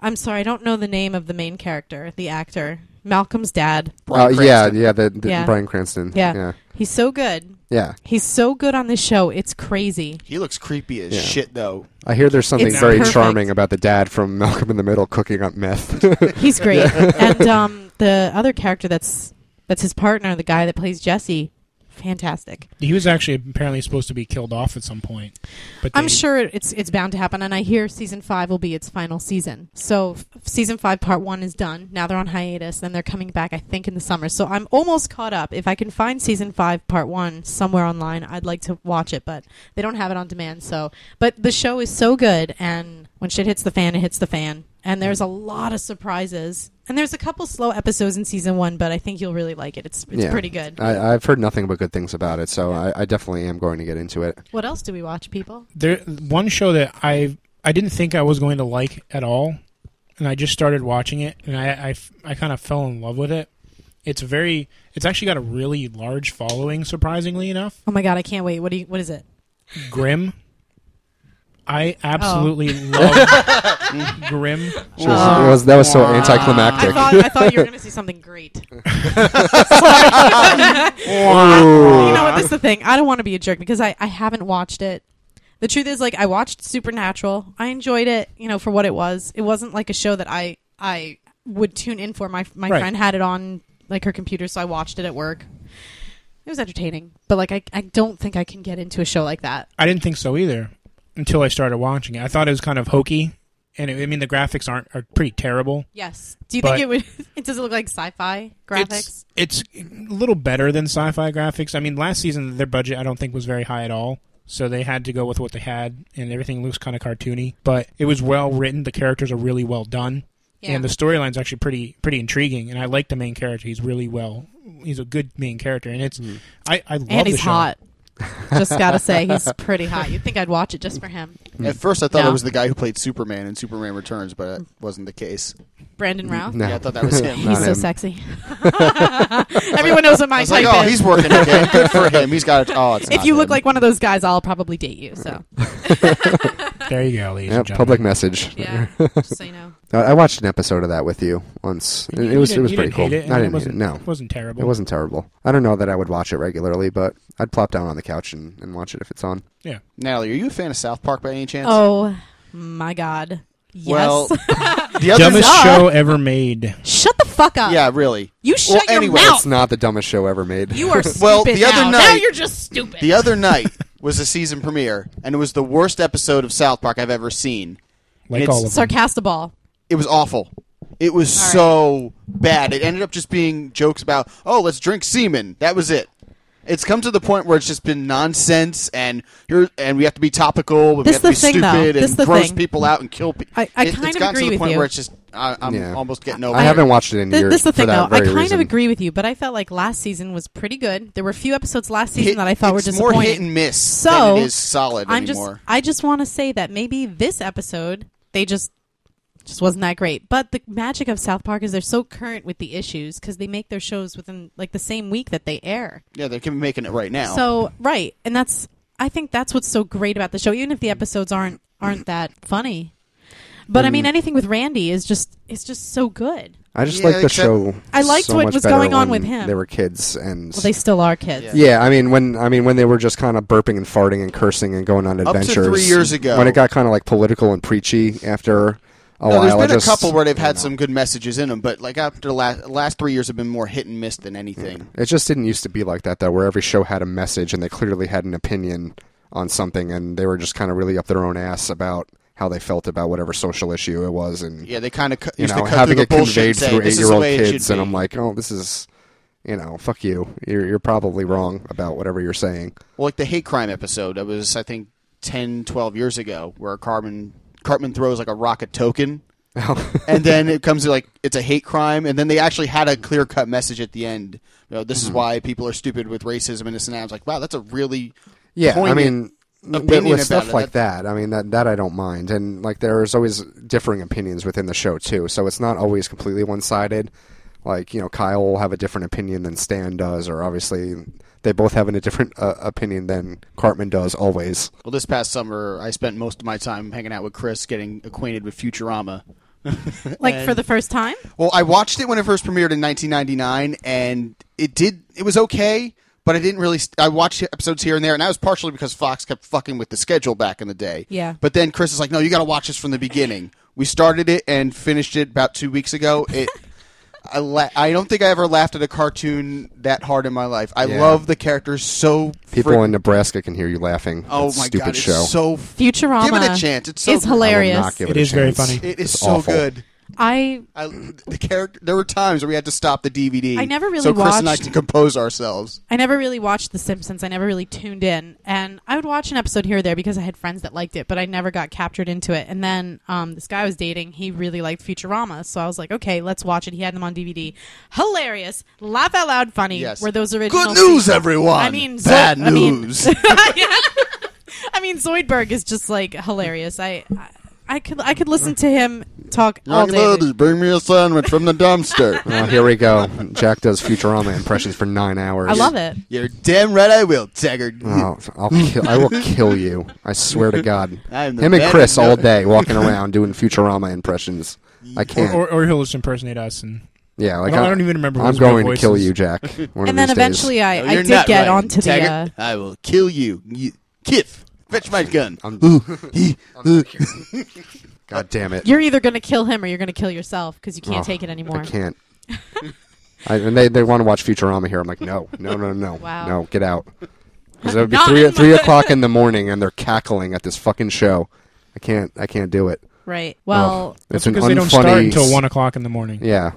I'm sorry, I don't know the name of the main character, the actor, Malcolm's dad. Oh Bryan yeah, Cranston. yeah, the, the Yeah. Brian Cranston. Yeah. yeah, He's so good. yeah. He's so good on this show. It's crazy. He looks creepy as Yeah. shit, though. I hear there's something It's very perfect. charming about the dad from Malcolm in the Middle cooking up meth. He's great. and um, the other character that's That's his partner, the guy that plays Jesse. Fantastic. He was actually apparently supposed to be killed off at some point, but I'm they- sure it's it's bound to happen, and I hear season five will be its final season. So f- season five, part one is done. Now they're on hiatus, and they're coming back, I think, in the summer. So I'm almost caught up. If I can find season five, part one, somewhere online, I'd like to watch it, but they don't have it on demand. So, but the show is so good, and when shit hits the fan, it hits the fan. And there's a lot of surprises, and there's a couple slow episodes in season one, but I think you'll really like it. It's it's Yeah. Uh, pretty good. I, I've heard nothing but good things about it, so I, I definitely am going to get into it. what else do we watch, people? there one show that I I didn't think I was going to like at all, and I just started watching it, and I I, kind of fell in love with it. It's very. It's actually got a really large following, surprisingly enough. Oh my god, I can't wait. What do you, what is it? Grim. I absolutely love Grim. It was, it was- that was so I anticlimactic. thought I thought you were gonna see something great. you know what? This is the thing. I don't want to be a jerk because I, I haven't watched it. The truth is, like, I watched Supernatural. I enjoyed it, you know, for what it was. It wasn't like a show that I I would tune in for. My my Right. friend had it on like her computer, so I watched it at work. It was entertaining, but like, I I don't think I can get into a show like that. I didn't think so either until I started watching it. I thought it was kind of hokey, and it, I mean the graphics aren't are pretty terrible. Yes. Do you But- think it would? It does it look like sci-fi graphics? It's, it's a little better than sci-fi graphics. I mean, last season their budget I don't think was very high at all, so they had to go with what they had, and everything looks kind of cartoony. But it was well written. The characters are really well done, and the storyline's actually pretty pretty intriguing. And I like the main character. He's really well. He's a good main character, and it's Hmm. I I love and the he's show. hot. just gotta say, he's pretty hot. You'd think I'd watch it just for him. Hmm. At first, I thought No. it was the guy who played Superman in Superman Returns, but it wasn't the case. Brandon Routh. No. Yeah, I thought that was him. He's so him. sexy. Everyone knows what I my was like, type oh, is. he's working again. Good for him. He's got it. Oh, it's if not you look him. like one of those guys, I'll probably date you. So There you go, ladies Yeah, and gentlemen. public message. yeah, just so you know. I I watched an episode of that with you once. It, You- it you was it didn't- was you pretty didn't cool. hate it, and I it didn't hate wasn't- it. No, it wasn't terrible. it wasn't terrible. I don't know that I would watch it regularly, but I'd plop down on the couch and, and watch it if it's on. Yeah. Natalie, are you a fan of South Park by any chance? Oh my God. Yes. Well, the other Dumbest Bizarre. show ever made. shut the fuck up. yeah, really. You shut your anyway, mouth. It's not the dumbest show ever made. You are stupid Well, the other now. night- now you're just stupid. The other night was a season premiere, and it was the worst episode of South Park I've ever seen. Like It's all of them. Sarcastaball. It was awful. It was right. so bad. It ended up just being jokes about, oh, let's drink semen. That was it. It's come to the point where it's just been nonsense, and here, and we have to be topical, but we This have to the be thing, stupid, though. and This the gross thing. people out and kill people. I- I it, kind it's of gotten agree to the with point you. where it's just I, I'm Yeah. almost getting over. I it. haven't watched it in Th- years. this is the thing, for though. that I very kind reason. of agree with you, but I felt like last season was pretty good. There were a few episodes last season Hit- that I thought were it's more disappointing. hit and miss So, than it is solid I'm just. anymore. I just want to say that maybe this episode they just just wasn't that great. But the magic of South Park is they're so current with the issues because they make their shows within like the same week that they air. yeah, they're making it right now. So right, and that's I think that's what's so great about the show. Even if the episodes aren't aren't that funny, but I Mm. mean anything with Randy is just it's just so good. I just Yeah, like the except- show. I liked so what much was better going on when with him. They were kids, and Well, they still are kids. Yeah. yeah, I mean when I mean when they were just kind of burping and farting and cursing and going on to adventures. three years ago. when it got kind of like political and preachy after No, a while. there's I been just- a couple where they've had know. some good messages in them, but like after the last last three years have been more hit and miss than anything. It just didn't used to be like that, though, where every show had a message and they clearly had an opinion on something, and they were just kind of really up their own ass about how they felt about whatever social issue it was, and Yeah, they kind of you used know, to cut through having the it bullshit conveyed and say through this is the eight-year-old way it kids, should and be. I'm like, oh, this is, you know, fuck you. You're, you're probably wrong about whatever you're saying. well, like the hate crime episode that was I think 10, 12 years ago, where Carmen Cartman throws like a rocket token, and then it comes to like it's a hate crime, and then they actually had a clear cut message at the end. You know, this Mm-hmm. is why people are stupid with racism and this and that. I was like, wow, that's a really Yeah, I poignant mean, with, opinion with about stuff it. like that, I mean that that I don't mind, and like there's always differing opinions within the show too, so it's not always completely one sided. Like you know, Kyle will have a different opinion than Stan does, or obviously they both have a different uh, opinion than Cartman does always. Well, this past summer, I spent most of my time hanging out with Chris, getting acquainted with Futurama. Like for the first time, Well, I watched it when it first premiered in 1999, and it did. It was okay, but I didn't really. St- I watched episodes here and there, and that was partially because Fox kept fucking with the schedule back in the day. Yeah. But then Chris is like, "No, you got to watch this from the beginning." We started it and finished it about two weeks ago. It. I, la- I don't think I ever laughed at a cartoon that hard in my life. I Yeah. love the characters so. People frick- in Nebraska can hear you laughing. oh That my stupid god, it's show. so Futurama. Give it a chance. It's so is good. I will hilarious. not give it, It a is very chance. funny. It is It's so awful. good. I I, the character. There were times where we had to stop the DVD. I never really so Chris and I watched- could compose ourselves. I never really watched The Simpsons. I never really tuned in, and I would watch an episode here or there because I had friends that liked it, but I never got captured into it. And then um, this guy I was dating, he really liked Futurama, so I was like, okay, let's watch it. He had them on DVD. Hilarious, laugh out loud, funny. Yes. Were those original? Good news, scenes. everyone. I mean, so- bad I mean- news. I mean, Zoidberg is just like hilarious. I, I, I could I could listen to him talk all Young day. lady, bring me a sandwich from the dumpster. Oh, here we go. Jack does Futurama impressions for nine hours. I love it. You're damn right I will, Taggart. Oh, I'll kill, I will kill you. I swear to God. I am the Him and bad Chris at no- all day walking around doing Futurama impressions. I Or, can't. or, or he'll just impersonate us. And yeah, like I don't- I I'm- don't even remember I'm whose real going to kill voices. you, Jack. One of And then these days. eventually, I, No, I you're did not get right, onto the. Uh, Taggart. I will kill you. you. Kiff, fetch my gun. God damn it. you're either going to kill him or you're going to kill yourself because you can't Oh, take it anymore. I can't. I, and they, they want to watch Futurama here. I'm like, no, no, no, no, Wow. no, get out. Because it would be Not three in three my- o'clock in the morning, and they're cackling at this fucking show. I can't, I can't do it. Right. Well, Ugh. it's an because they don't unfunny- start until one o'clock in the morning. Yeah,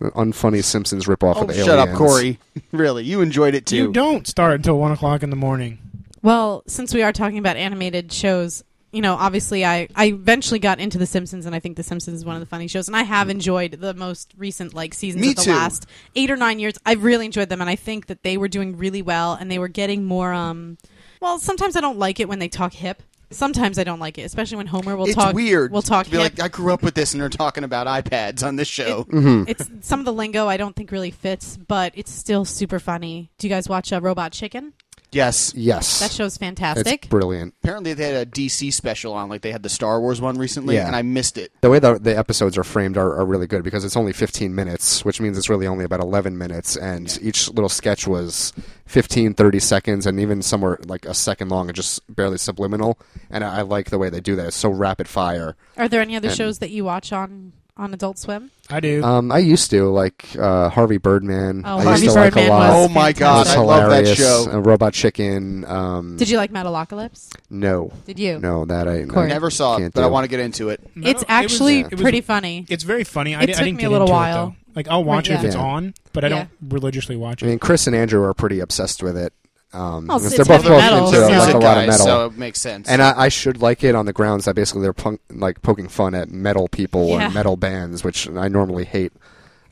An unfunny Simpsons ripoff Oh, of Aliens. shut up, Corey. really, you enjoyed it too. You don't start until one o'clock in the morning. well, since we are talking about animated shows, you know, obviously I, I eventually got into The Simpsons and I think The Simpsons is one of the funny shows and I have enjoyed the most recent like seasons Me of the too. last 8 or 9 years. I've really enjoyed them and I think that they were doing really well and they were getting more um well, sometimes I don't like it when they talk hip. Sometimes I don't like it, especially when Homer will it's talk weird. We'll talk to be hip. like, I grew up with this, and they're talking about iPads on this show. it's some of the lingo I don't think really fits, but it's still super funny. Do you guys watch uh, Robot Chicken? yes. Yes, That show's it's fantastic. brilliant. Apparently, they had a DC special on, like they had the Star Wars one recently, Yeah. and I missed it. The way the, the episodes are framed are, are really good because it's only 15 minutes, which means it's really only about 11 minutes, and each little sketch was 15, 30 seconds, and even some were like a second long and just barely subliminal. And I, I like the way they do that. It's so rapid fire. Are there any other And- shows that you watch on on Adult Swim? I do. Um, I used to like uh, Harvey Birdman. Oh, I Harvey used to Birdman like a lot. was- oh my fantastic. It god, was I love that hilarious. show. Uh, Robot Chicken. Um, Did you like Metalocalypse? no, Did you? no, that I, Corey. I never saw it, Can't but do. I want to get into it. No, It's it was- actually it was- pretty funny. It's very funny. I, It di- I took didn't me get a little into it, while. though. Like I'll watch Right, it if it's yeah. on, but I Yeah. don't religiously watch I it. mean, Chris and Andrew are pretty obsessed with it. Um, Oh, and it's- they're it's both heavy metal, into so- like a lot of guys, metal. so it makes sense. And uh, I, I should like it on the grounds that basically they're punk, like poking fun at metal people Yeah. and metal bands, which I normally hate.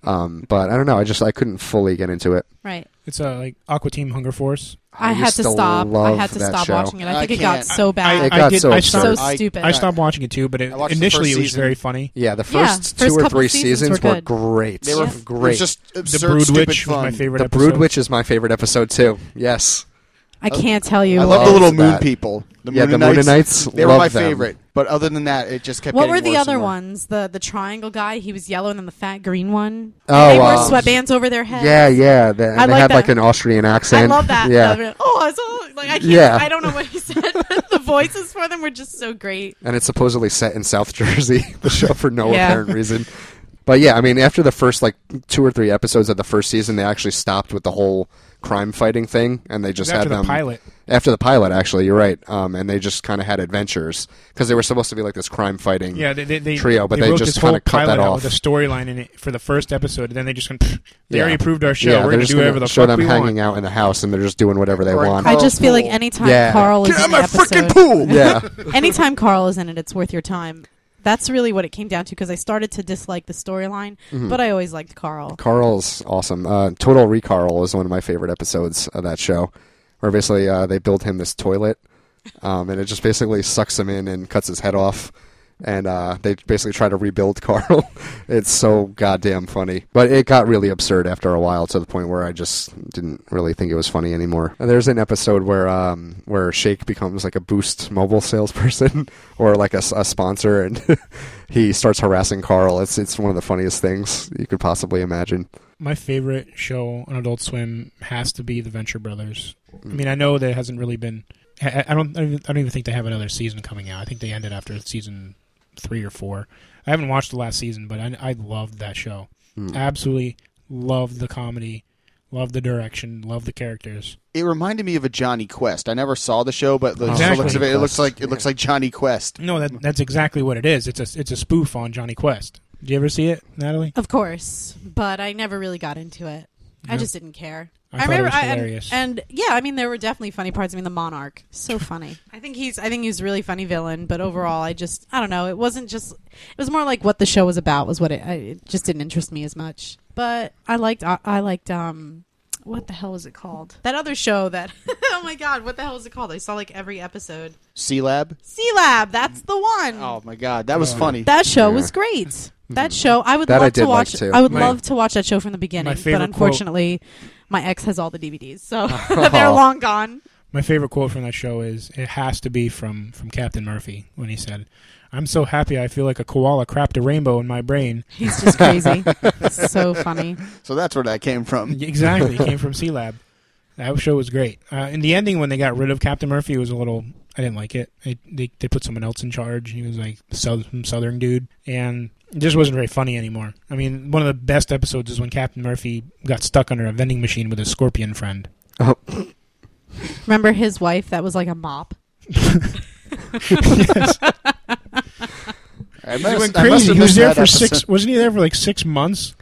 Um, but I don't know. I just I couldn't fully get into it. Right. It's uh, like Aqua Team Hunger Force. I, had used to stop. I love had to that stop show. watching it. I I think it can't. got so bad. I, It I got did. so I so stopped. absurd. I- stupid. I stopped watching it too, but it, I watched the initially first it was season. very funny. Yeah, the Yeah, first two first or couple three seasons seasons were were, good. great. they were Yeah. it was great. just The absurd, Brood stupid Witch was fun. my favorite. the episode. Brood Witch is my favorite episode too. Yes, I can't tell you. I love the little Loved moon that. people. The Yeah, the Moonanites, They were love my them. favorite. But other than that, it just kept. what getting were the worse other and worse. ones? The the triangle guy. He was yellow, and then the fat green one. Oh, they wore um, sweatbands over their heads. yeah, yeah. They, and I they like had that. like an Austrian accent. I love that. Yeah, Oh, I was all, like I can't, Yeah. I don't know what he said, but the voices for them were just so great. and it's supposedly set in South Jersey, the show for no Yeah. apparent reason. But yeah, I mean, after the first like two or three episodes of the first season, they actually stopped with the whole crime fighting thing, and they just It was after had the them pilot. After the pilot, actually, you're right, um, and they just kind of had adventures because they were supposed to be like this crime fighting. Yeah, they, they, they Trio, but they wrote just this whole kinda cut pilot that out off. with a storyline in it for the first episode, and then they just went. "Pfft, They Yeah. already approved our show. Yeah, We're they're gonna just do whatever the show fuck them we hanging want. out in the house, and they're just doing whatever they Or want. Carl- I just feel like Poole. anytime Yeah. Carl is Get out in my an freaking episode, pool! yeah, anytime Carl is in it, it's worth your time. That's really what it came down to because I started to dislike the storyline, Mm-hmm. but I always liked Carl. Carl's awesome. Uh, Total Recarl is one of my favorite episodes of that show, where basically uh, they build him this toilet, um, and it just basically sucks him in and cuts his head off, and uh, they basically try to rebuild Carl. it's so goddamn funny, but it got really absurd after a while to the point where I just didn't really think it was funny anymore. And there's an episode where um, where Shake becomes like a Boost mobile salesperson or like a, s- a sponsor, and he starts harassing Carl. It's it's one of the funniest things you could possibly imagine. My favorite show on Adult Swim has to be The Venture Brothers. I mean, I know that it hasn't really been. I I don't. I don't even- I don't even think they have another season coming out. I think they ended after season three or four. I haven't watched the last season, but I, I loved that show. Absolutely loved the comedy, loved the direction, loved the characters. It reminded me of a Johnny Quest. I never saw the show, but the Exactly. looks of it, it looks Quest, like it looks like Johnny Quest. No, that that's exactly what it is. It's a it's a spoof on Johnny Quest. Did you ever see it, Natalie? Of course, but I never really got into it. I just didn't care. I thought it was hilarious. and, and yeah, I mean there were definitely funny parts. I mean the Monarch, so funny. I think he's I think he's a really funny villain, but overall I just I don't know. It wasn't just it was more like what the show was about was what it I, it just didn't interest me as much. But I liked I, I liked um what the hell was it called? That other show that oh my god, what the hell was it called? I saw like every episode. C Lab. C Lab, that's the one. Oh my god, that was funny. That show Yeah. Mm-hmm. was great. That show, I would That I love did to like, watch. too. I would My- love to watch that show from the beginning, but favorite unfortunately, my ex has all the DVDs, so Oh. they're long gone. My favorite quote from that show is it has to be from from Captain Murphy when he said, "I'm so happy I feel like a koala crapped a rainbow in my brain." He's just crazy, so funny. so that's where that came from. Exactly, it came from C Lab. That show was great. Uh, in the ending, when they got rid of Captain Murphy, it was a little. I didn't like it. it they they put someone else in charge. He was like sou- some southern dude, and it just wasn't very funny anymore. I mean, one of the best episodes is when Captain Murphy got stuck under a vending machine with his scorpion friend. Oh, Remember his wife? That was like a mop. I He must- went I must crazy. have He was missed there that for episode. six. Wasn't he there for like six months?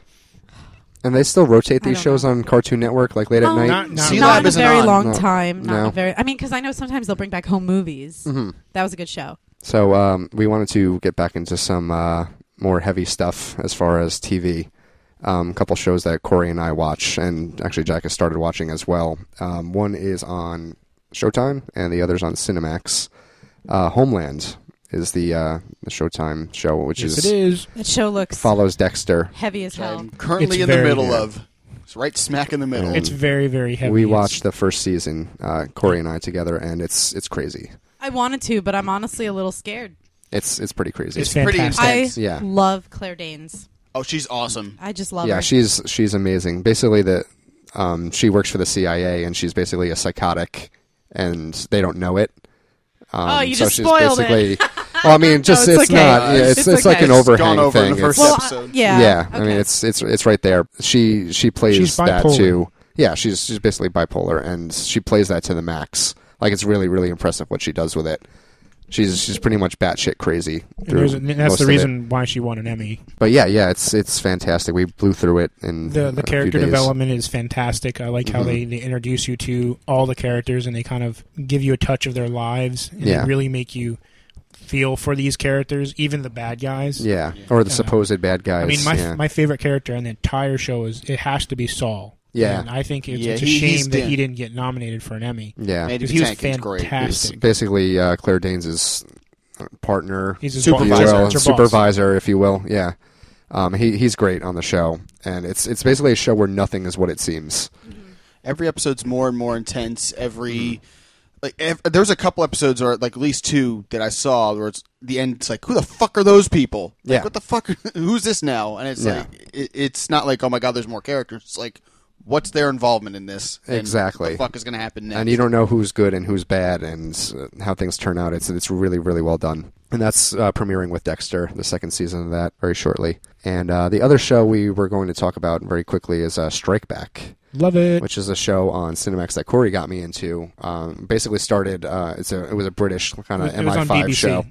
and they still rotate I these don't shows know. on Cartoon Network like late at Oh, night. Not- not Not, C Lab a isn't very on. long No. time. Not No. a very. I mean, because I know sometimes they'll bring back home movies. Mhm. That was a good show. So um, we wanted to get back into some uh, more heavy stuff as far as TV. Um, a couple shows that Corey and I watch, and actually Jack has started watching as well. Um, one is on Showtime, and the other's on Cinemax. Uh, Homeland is the, uh, the Showtime show, which yes, is, it is. That show looks follows Dexter. heavy as hell. I'm It's currently in the very middle good. of. It's right smack in the middle. Yeah. It's very very heavy. we It's- watched the first season, uh, Corey and I together, and it's it's crazy. I wanted to, but I'm honestly a little scared. It's it's pretty crazy. It's pretty fantastic. I Thanks. Yeah. love Claire Danes. oh, she's awesome. I just love yeah, her. she's she's amazing. Basically, that um, she works for the CIA and she's basically a psychotic, and they don't know it. Um, Oh, you so just she's spoiled it. basically, Well, I mean, just it's it's, okay. not. yeah, it's, It's it's, okay. like an It's overhang gone over in thing. the first It's- well, I, episode. yeah. I mean, okay. it's it's it's right there. She she plays She's that bipolar. too. Yeah, she's she's basically bipolar, and she plays that to the max. Like it's really really impressive what she does with it. She's she's pretty much batshit crazy. And through there's- and that's most the of it. reason why she won an Emmy. But yeah, yeah, it's it's fantastic. We blew through it in the Mm-hmm. a few the character days. Mm-hmm. development is fantastic. I like how they, they introduce you to all the characters and they kind of give you a touch of their lives and they Yeah. really make you feel for these characters, even the bad guys. Yeah, or the Yeah. supposed bad guys. I mean, my yeah. my favorite character in the entire show is it has to be Saul. Yeah. and I think it's, Yeah, it's a he- he's shame that he dead. didn't get nominated for an Emmy. yeah. Made Because he he was Tank is great. It's fantastic. basically uh, Claire Danes' partner, He's his if you Supervisor. boss. will, It's your boss. supervisor, if you will. Yeah, um, he he's great on the show, and it's it's basically a show where nothing is what it seems. Every episode's more and more intense. Every like ev- there was a couple episodes or like at least two that I saw where it's the end. It's like who the fuck are those people? Like, Yeah. what the fuck? Who's this now? And it's Yeah. like it, it's not like oh my god, there's more characters. It's like what's their involvement in this? And Exactly. What the fuck is gonna happen next? and you don't know who's good and who's bad and uh, how things turn out. It's it's really really well done, and that's uh, premiering with Dexter, the second season of that, very shortly. And uh, the other show we were going to talk about very quickly is uh, Strike Back, Love it. which is a show on Cinemax that Corey got me into. Um, basically started uh, it's a it was a British kind of It was on MI5 BBC. show.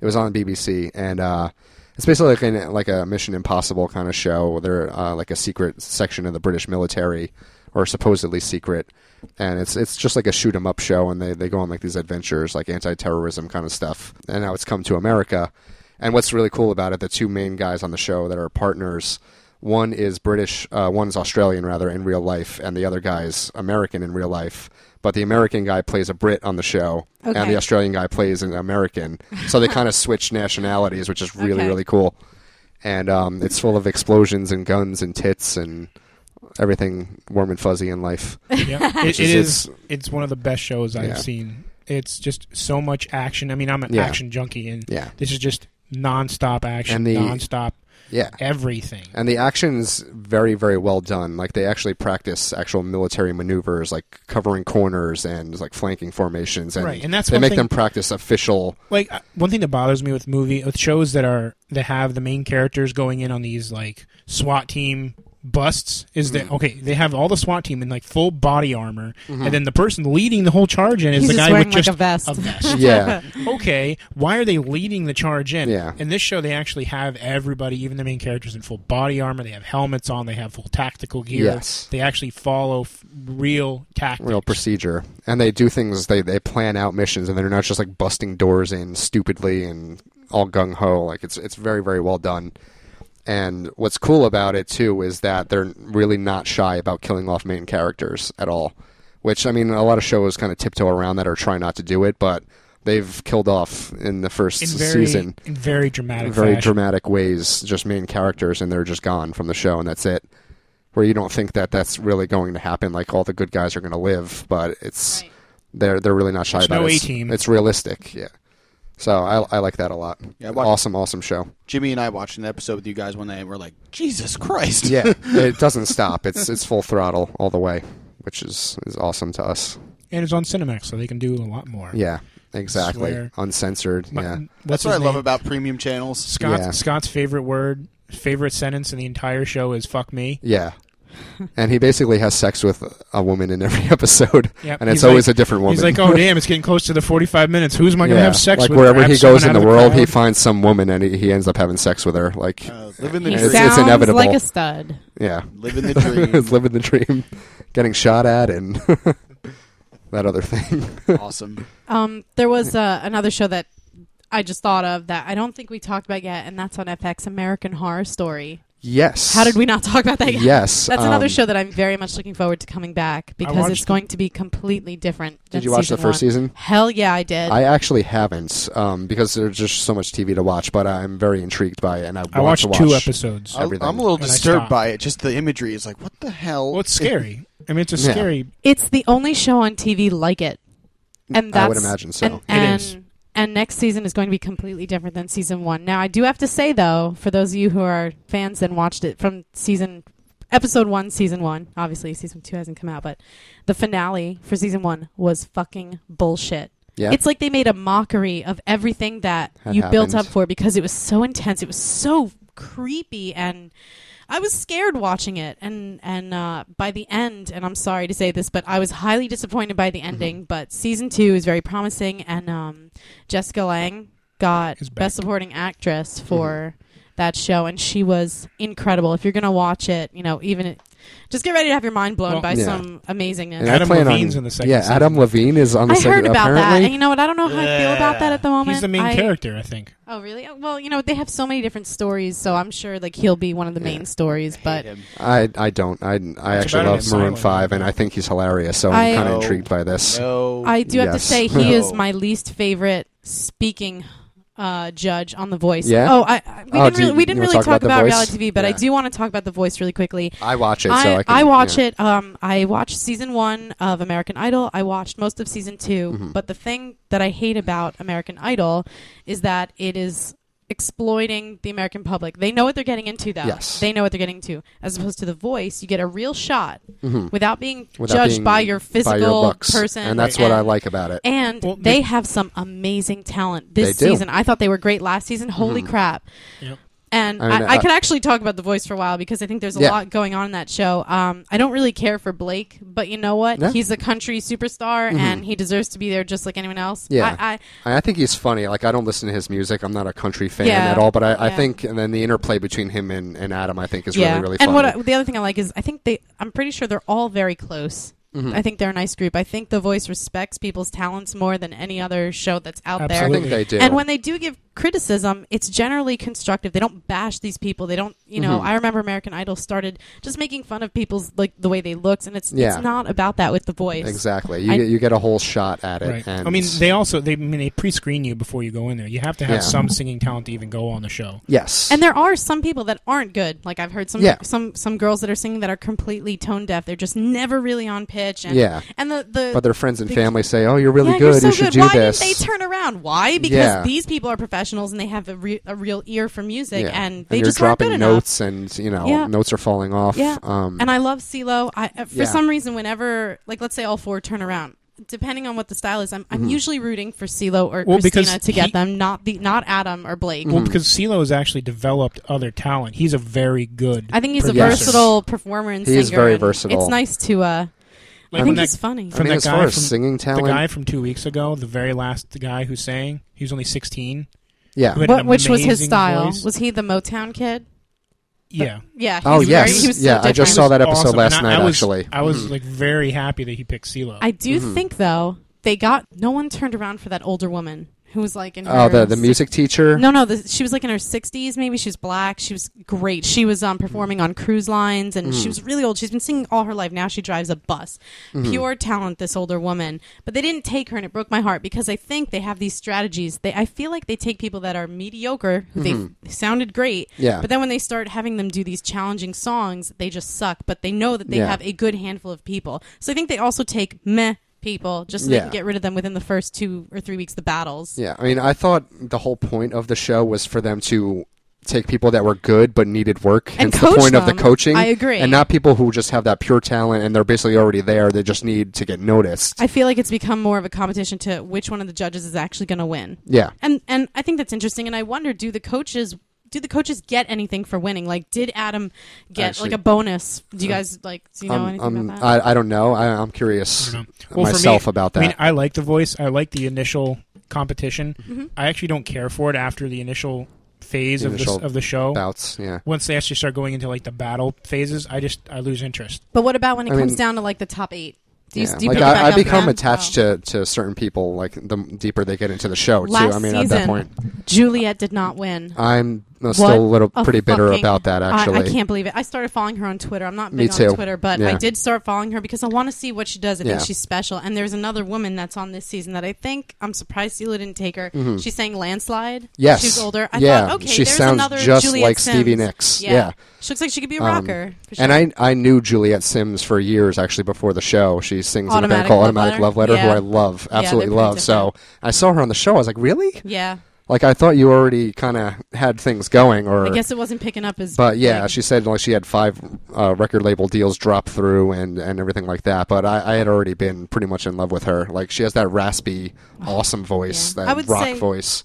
It was on BBC, and uh, it's basically like an, like a Mission Impossible kind of show. where They're uh, like a secret section of the British military, or supposedly secret, and it's it's just like a shoot 'em up show, and they, they go on like these adventures, like anti terrorism kind of stuff. And now it's come to America, and what's really cool about it, the two main guys on the show that are partners. One is British, uh, one's Australian rather in real life, and the other guy's American in real life. But the American guy plays a Brit on the show, and Okay. the Australian guy plays an American. So they kind of switch nationalities, which is really Okay. really cool. And um, it's full of explosions and guns and tits and everything warm and fuzzy in life. Yeah, it, it is- is. It's one of the best shows I've Yeah. seen. It's just so much action. I mean, I'm an Yeah. action junkie, and Yeah. this is just nonstop action, And the- nonstop Yeah. everything. And the action is very, very well done. Like they actually practice actual military maneuvers, like covering corners and like flanking formations, and, Right, and that's they one make thing- them practice official. Like uh, one thing that bothers me with movie with shows that are that have the main characters going in on these like SWAT team busts is Mm-hmm. that okay? They have all the SWAT team in like full body armor, and then the person leading the whole charge in is He's the just guy wearing with like just a vest. a vest. Yeah, okay, why are they leading the charge in? Yeah. In this show, they actually have everybody, even the main characters, in full body armor. They have helmets on. They have full tactical gear. Yes. They actually follow f- real tactics. real procedure, and they do things. They they plan out missions, and they're not just like busting doors in stupidly and all gung ho. Like it's it's very, very well done. And what's cool about it too is that they're really not shy about killing off main characters at all. Which I mean, a lot of shows kind of tiptoe around that or try not to do it, but they've killed off in the first in very season in very dramatic. in very fashion. dramatic ways, just main characters, and they're just gone from the show, and that's it. Where you don't think that that's really going to happen, like all the good guys are going to live, but it's Right. they're they're really not shy There's about no it. It's- A-team. It's realistic, yeah. So I, I like that a lot. Yeah, I watched- awesome, awesome show. Jimmy and I watched an episode with you guys one night, and we're like, Jesus Christ! Yeah, it doesn't stop. It's it's full throttle all the way, which is is awesome to us. and it's on Cinemax, so they can do a lot more. Yeah, exactly. Swear. Uncensored. My- yeah, what's that's what I his love name? about premium channels. Scott's, Yeah. Scott's favorite word, favorite sentence in the entire show is "fuck me." yeah. And he basically has sex with a woman in every episode, Yep. and it's He's always like- a different woman. He's like, "Oh damn, it's getting close to the forty-five minutes. Who's am I going to Yeah, have sex like with?" wherever he Grabs someone goes in out the of world, he crowd. finds some woman and he, he ends up having sex with her. Like, Uh, living the He It's- dream. it's sounds inevitable. like a stud. yeah, living the dream. It's living the dream, getting shot at, and that other thing. awesome. Um, there was uh, another show that I just thought of that I don't think we talked about yet, and that's on FX American Horror Story. yes. How did we not talk about that yet? Yes. That's um, another show that I'm very much looking forward to coming back because it's watched- going to be completely different. Did than you watch the first one. season? Hell yeah, I did. I actually haven't um, because there's just so much TV to watch, but I'm very intrigued by it, and I, I want to watched watch two episodes. I- Everything. I'm a little And I disturbed stopped. by it. Just the imagery is like, what the hell? Well, it's scary. I mean, it's a Yeah. scary it's the only show on TV like it, and that's I would imagine so. And, It and, is. and next season is going to be completely different than season one. Now, I do have to say though, for those of you who are fans and watched it from season episode one, season one, obviously season two hasn't come out, but the finale for season one was fucking bullshit. yeah. It's like they made a mockery of everything that Had you built up happened. for because it was so intense. It was so creepy and I was scared watching it and and uh, by the end and I'm sorry to say this but I was highly disappointed by the Mm-hmm. ending but season 2 is very promising and um, Jessica Lang got Is back. best supporting actress Mm-hmm. for that show and she was incredible. If you're going to watch it, you know, even it, just get ready to have your mind blown Well- by Yeah. some amazingness. And I Adam plan Levine's on, in the second Yeah, season. Adam Levine is on the I second. heard about apparently, that. And you know what? I don't know how I feel about that at the moment. He's the main I- character, I think. Oh, really? Oh, Well, you know, they have so many different stories, so I'm sure like he'll be one of the main stories. But I I don't. I I It's actually about an love Maroon asylum. Five, and I think he's hilarious. So I, I- am kind No. of intrigued by this. No. I do have to Yes. say he is No. my least favorite speaking uh, judge on The Voice. Yeah? Oh, I, I we Oh, didn't do you- really, we didn't you wanna really talk, talk about The about, Voice? reality TV, but I Yeah. do want to talk about The Voice really quickly. I watch it, I, so I can. I watch yeah. it. Um, I watched season one of American Idol. I watched most of season 2 Mm-hmm. But the thing that I hate about American Idol is that it is exploiting the American public. They know what they're getting into, though. Yes. They know what they're getting into. As opposed to The Voice, you get a real shot Mhm. without being Without judged being- by your physical looks. person. and that's what I like about it. And Well, they the- have some amazing talent this They do. Mm-hmm. season. I thought they were great last season. Holy crap. Yep. And I I, mean, I, I- could actually talk about The Voice for a while because I think there's a Yeah. lot going on in that show. Um, I don't really care for Blake, but you know what? Yeah. Mm-hmm. He's a country superstar and he deserves to be there just like anyone else. Yeah. I, I, I, I think he's funny. Like I don't listen to his music. I'm not a country fan Yeah. at all. But I, I Yeah. think, and then the interplay between him and, and Adam, I think, is yeah. really really funny. and what I, the other thing I like is I think they, I'm pretty sure they're all very close. Mm-hmm. I think they're a nice group. I think The Voice respects people's talents more than any other show that's out there. I think they do. And when they do give criticism, it's generally constructive. They don't bash these people. They don't, you Mm-hmm. know. I remember American Idol started just making fun of people's like the way they looked, and it's Yeah. it's not about that with the voice. exactly, you I- get you get a whole shot at it. Right. And I mean, they also they I mean they pre-screen you before you go in there. You have to have Yeah. some singing talent to even go on the show. yes, And there are some people that aren't good. Like I've heard some Yeah. some some girls that are singing that are completely tone deaf. They're just never really on pitch. And, Yeah. And the the but their friends and the- family say, "Oh, you're really yeah, good. You're so you should good. do Why this." didn't they turn around? Why? Because Yeah. these people are professionals and they have a, re- a real ear for music, and they you're just weren't dropping good enough. notes, and you know, Yeah. notes are falling off. Yeah. Um, and I love CeeLo. I uh, for Yeah. some reason, whenever like let's say all four turn around, depending on what the style is, I'm, Mm-hmm. I'm usually rooting for CeeLo or Well, because Christina to get he- them, not the not Adam or Blake. Hmm. Mm-hmm. Well, because CeeLo has actually developed other talent. He's a very good. I think he's a producer. Yes. versatile performer and He singer. is very and versatile. It's nice to. uh Like, I when think that- he's funny. I mean, that as guy far as from- singing the talent, guy from two weeks ago, the very last the guy who sang, he was only sixteen. yeah, who had What, an which was his amazing style? voice. Was he the Motown kid? yeah. Yeah. he Oh was yes, very- he was so yeah. I different. just saw that episode Awesome. last And I- night. I was- actually, I was Mhm. like very happy that he picked CeeLo. I do Mm-hmm. think though they got no one turned around for that older woman who was like in. Oh, the her the music teacher. No, no. The, she was like in her 60s. Maybe she was black. She was great. She was um, performing on cruise lines, and Mm. she was really old. She's been singing all her life. Now she drives a bus. Mm-hmm. Pure talent, this older woman. But they didn't take her, and it broke my heart because I think they have these strategies. They, I feel like they take people that are mediocre, who they sounded great, Mm-hmm. Yeah. But then when they start having them do these challenging songs, they just suck. But they know that they Yeah. have a good handful of people, so I think they also take meh people just so they Yeah. can get rid of them within the first two or three weeks of the battles. Yeah, I mean, I thought the whole point of the show was for them to take people that were good but needed work. And hence coach the point of the them. coaching. I agree. And not people who just have that pure talent and they're basically already there. They just need to get noticed. I feel like it's become more of a competition to which one of the judges is actually going to win. yeah. And and I think that's interesting and I wonder do the coaches do the coaches get anything for winning? Like did Adam get Actually- like a bonus? Do you guys like do you know Um, anything um, about that? I, I don't know. I, I'm curious don't know. Well, for myself me- about that. I mean, I like the voice. I like the initial competition. I actually don't care for it after the initial phase The of, initial the, of the show. Bouts, yeah. Once they actually start going into like the battle phases, I just I lose interest. but what about when it I comes mean- down to like the top 8? Do you, Yeah. do you like pick it back I, I up become then? attached Oh. to, to certain people like the m- deeper they get into the show Last too. I mean, at that season, point, Juliet did not win. I'm uh, What still a little a pretty bitter fucking- about that. I- I, Actually, can't believe it. I started following her on Twitter. I'm not Me big too. on Twitter, but I Yeah. did start following her because I want to see what she does. I Yeah. think she's special. And there's another woman that's on this season that I think I'm surprised Celia didn't take her. She sang "Landslide." Mm-hmm. Yes. she's older. I Yeah. thought, okay, She there's sounds another just Juliet like Stevie Sims. Nicks. Yeah. she looks like she could be a Um, rocker. for sure. And I I knew Juliet Sims for years actually before the show. She sings in a Automatic band called Love Automatic Letter? Love Letter, who Yeah. I love, Yeah, absolutely they're pretty love. So I saw her on the show. I was like, really? yeah, Like I thought you already kind of had things going, or I guess it wasn't picking up as. but yeah, like, she said like she had five uh, record label deals drop through and and everything like that. But I, I had already been pretty much in love with her. Like she has that raspy, awesome voice, Oh, Yeah. I that would rock say- voice.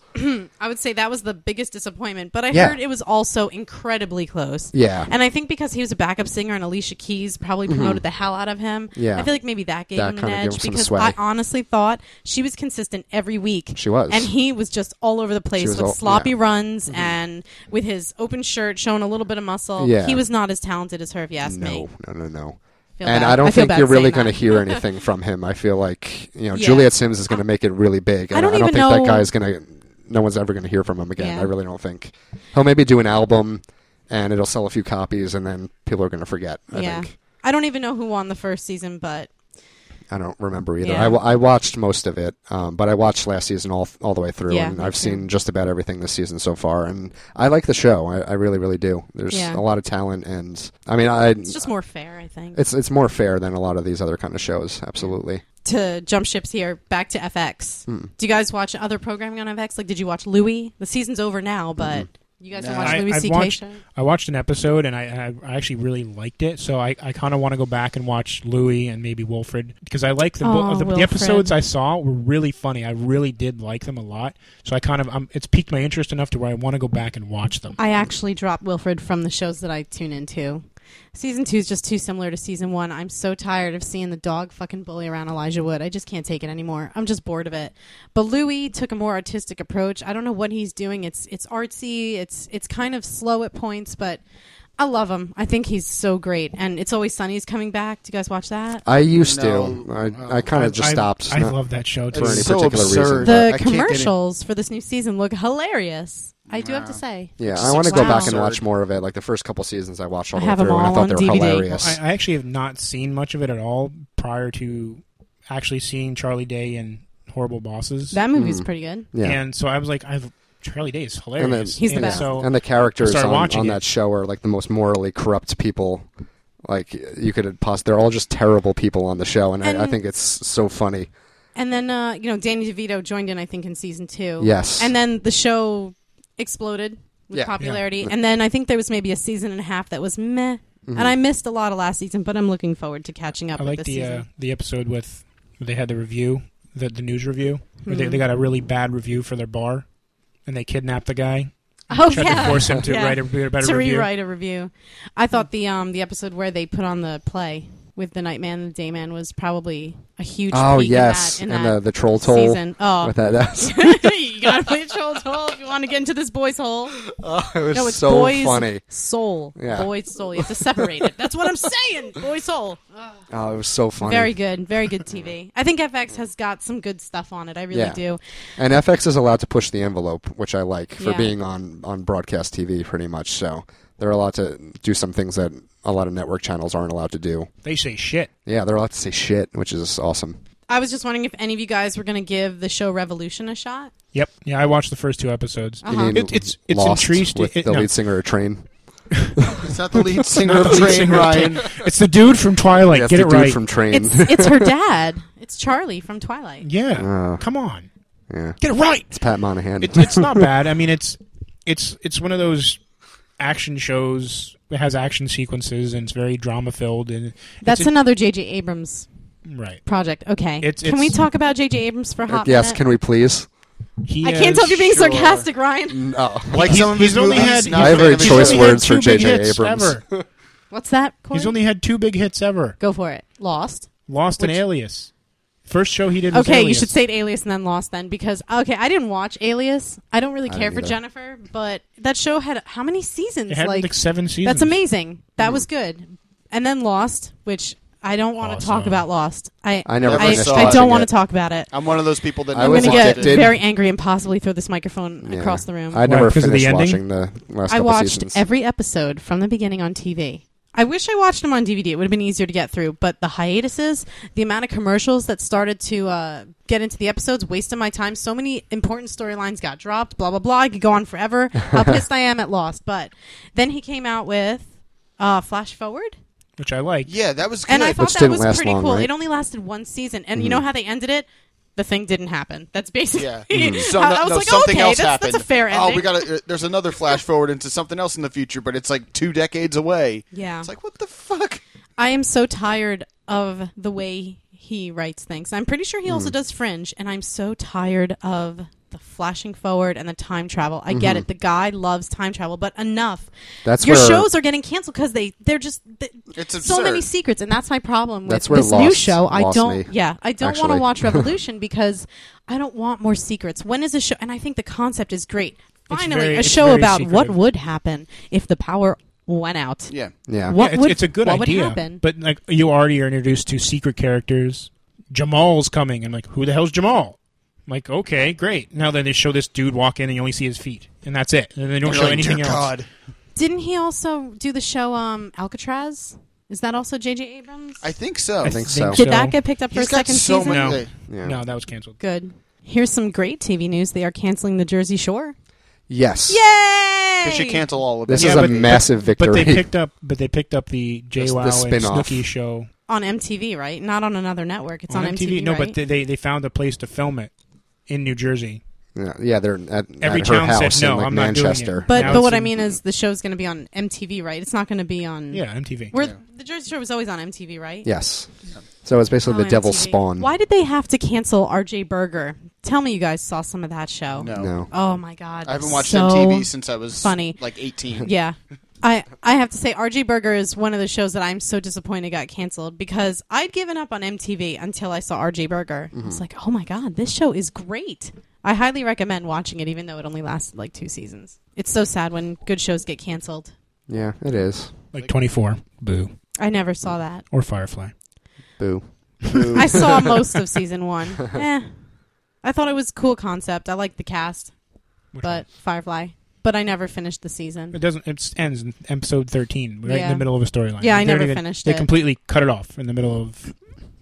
I would say that was the biggest disappointment. But I Yeah. heard it was also incredibly close. Yeah. Mm-hmm. And I think because he was a backup singer and Alicia Keys probably promoted the hell out of him. Yeah. I feel like maybe that gave That him an kinda gave edge him some because sway. I honestly thought she was consistent every week. She was. And he was just all over the place was with all- sloppy yeah. Mm-hmm. runs and with his open shirt showing a little bit of muscle. Yeah. He was not as talented as her, if you ask me. No, no, no, no. Feel and bad. I don't I feel think bad you're really saying going to that. hear anything from him. I feel like you know Yeah. Juliet Sims is going to make it really big. And I don't even think that know- guy's going to. No one's ever going to hear from him again. Yeah. I really don't think he'll maybe do an album, and it'll sell a few copies, and then people are going to forget. I yeah. think I don't even know who won the first season, but I don't remember either. Yeah. I, w- I watched most of it, um, but I watched last season all all the way through, Yeah, and me I've too. seen just about everything this season so far. And I like the show. I, I really, really do. There's Yeah. a lot of talent, and I mean, Mm, I it's just more fair, I think. it's it's more fair than a lot of these other kind of shows. Absolutely. to jump ships here back to FX. Do you guys watch other programming on FX? Like, did you watch Louis? The season's over now, but you guys can Nah. watch I, Louis I've C.K. watched show. I watched an episode and I, I I actually really liked it, so I, I kind of want to go back and watch Louis and maybe Wilfred because I like the, bo- Oh, the, the Wilfred. episodes I saw were really funny. I really did like them a lot, so I kind of um, it's piqued my interest enough to where I want to go back and watch them. I actually dropped Wilfred from the shows that I tune into. Season two is just too similar to season one. I'm so tired of seeing the dog fucking bully around Elijah Wood. I just can't take it anymore. I'm just bored of it. But Louis took a more artistic approach. I don't know what he's doing. It's it's artsy. It's it's kind of slow at points, but I love him. I think he's so great. And it's always Sunny's coming back. Do you guys watch that? I used No. to. I, Oh. I kind of just uh, I- stopped. I, Not- love that show too. for any It's so particular reason, absurd. but- I can't the get in- commercials for this new season look hilarious. I do have to say. yeah, Just I want to go Wow. back and absurd. watch more of it. Like the first couple seasons, I watched all I the way have 'em through, and I all thought on they were DVD. hilarious. I, I actually have not seen much of it at all prior to actually seeing Charlie Day and Horrible Bosses. That Hmm. movie's pretty good. yeah, And so I was like, I've Charlie Day is hilarious. And then- He's the And best. So and the characters started on, watching on it. that show are like the most morally corrupt people. Like you could possibly, they're all just terrible people on the show, and, And- I, I think it's so funny. And then uh, you know Danny DeVito joined in, I think, in season two. Yes. And then the show exploded with Yeah. Mm-hmm. popularity. And then I think there was maybe a season and a half that was meh. And I missed a lot of last season, but I'm looking forward to catching up I with like this the season. uh, the episode with where they had the review, the the news review. Where Mm-hmm. they, they got a really bad review for their bar, and they kidnapped the guy, oh tried yeah. to force him to Yeah. write a better to review. rewrite a review. I thought the um the episode where they put on the play with the night man and the day man was probably a huge Oh peak in yes, that- in and that the the troll toll season. Oh, with that. That's, you gotta play troll's hole if you want to get into this boy's hole. oh, it was No, it's so boy's funny. soul. Yeah. Boy's soul. You have to separate it. That's what I'm saying. Boy's soul. Oh, it was so funny. Very good. Very good TV. I think FX has got some good stuff on it. I really Yeah. do. And FX is allowed to push the envelope, which I like for Yeah. being on on broadcast TV, pretty much. So they're allowed to do some things that a lot of network channels aren't allowed to do. They say shit. Yeah, they're allowed to say shit, which is awesome. I was just wondering if any of you guys were going to give the show Revolution a shot. Yep. Yeah, I watched the first two episodes. Oh. You Uh-huh. mean It- it's- it's Lost intriguing- with it- the no. lead singer of Train. Is that the lead singer Not the of lead Train, singer of Train. Ryan? It's the dude from Twilight. That's Get the it dude right. from Train. It's it's her dad. It's Charlie from Twilight. yeah. Oh. Come on. yeah, Get it right. it's Pat Monahan. It, it's not bad. I mean, it's it's it's one of those action shows. It has action sequences and it's very drama filled and That's it's a- another J.J. Abrams right. project. Okay. It's- can we it's- talk about J.J. Abrams for a hot yes, minute? can we please? He I can't has- tell if you're being sure. sarcastic, Ryan. No. Like He's- some of he's his only movies, had- not I have fan very of his choice shows. only had words for two big J.J. hits Abrams. ever. What's that? Corey? He's only had two big hits ever. Go for it. Lost. Lost an Alias. First show he did was Okay, you Alias. should say Alias and then Lost then because okay, I didn't watch Alias. I don't really I care didn't for either. Jennifer, but that show had how many seasons? It had like, like seven seasons. Mm. that's amazing. That was good. And then Lost, which I don't want Awesome. to talk about Lost. I I never I, finished I watching don't want it. to talk about it. I'm one of those people that I I'm was going to get addicted. very angry and possibly throw this microphone Yeah. across the room. I Why, never because of the finished watching ending? the last I couple watched seasons. every episode from the beginning on TV. I wish I watched them on DVD. It would have been easier to get through, but the hiatuses, the amount of commercials that started to uh, get into the episodes, wasted my time. So many important storylines got dropped. Blah blah blah. I could go on forever. How pissed I am at Lost, but then he came out with uh, Flash Forward, which I like. Yeah, that was good. and I thought Which that didn't was last pretty long, cool. right? Mm-hmm. It only lasted one season, and you know how they ended it. The thing didn't happen. That's basically. yeah. Mm. Mm-hmm. I- no- I was no, like, something okay, else that's, happened. that's a fair ending. Oh, we got to There's another flash forward into something else in the future, but it's like two decades away. Yeah. It's like what the fuck? I am so tired of the way he writes things. I'm pretty sure he Mm. also does Fringe, and I'm so tired of the flashing forward and the time travel. I get it. The guy loves time travel, but enough. Mm-hmm. That's your where- shows are getting canceled because they they're just th- It's so many absurd. secrets, and that's my problem with That's where this new Lost- show. I lost don't. me, yeah, I don't want to actually. watch Revolution because I don't want more secrets. When is a show? And I think the concept is great. It's Finally, very- a it's show very about what secretive. would happen if the power went out. Yeah. yeah. What Yeah, it's, would- it's a good what would idea. happen? But like you already are introduced to secret characters. Jamal's coming. I'm like, who the hell's Jamal? I'm like, okay, great. Now then they show this dude walk in and you only see his feet. And that's it. And they don't show You're like, anything "Dear else. God. Didn't he also do the show um, Alcatraz? Is that also J.J. Abrams? I think so. I think so. Did that get picked up for He's a got second so season? many. No. they- Yeah. No, that was canceled. Good. Here's some great TV news. They are canceling the Jersey Shore. Yes. Yay! They should cancel all of This it. is Yeah, a but- massive victory. But they picked up but they picked up the the JWoww and spin-off. Snooki show on MTV, right? Not on another network. It's on, MTV. No, right? but they, they they found a place to film it in New Jersey. Yeah, yeah, they're at, Every at her town said, house "No, in like I'm not doing it." Manchester. but now but it's what I in- mean is the show's going to be on MTV, right? It's not going to be on. Yeah, MTV. Where the Jersey Shore was always on MTV, right? yes, so it's basically the On devil's MTV. spawn. Oh, Why did they have to cancel RJ Berger? Tell me you guys saw some of that show. No. No, Oh my god. I haven't watched so MTV since I was funny. like 18. Yeah. I, I have to say, RG Burger is one of the shows that I'm so disappointed got canceled because I'd given up on MTV until I saw RG Burger. I was like, oh my God, this show is great. I highly recommend watching it, even though it only lasted like two seasons. It's so sad when good shows get canceled. yeah, it is. Like twenty four. Boo. I never saw that. Or Firefly. Boo. I saw most of season one. Eh. I thought it was a cool concept. I liked the cast, Which one? but Firefly. But I never finished the It season. doesn't. It ends in episode thirteen, right in Yeah. the middle of a storyline. Yeah, I They never don't even- finished They it. completely cut it off in the middle of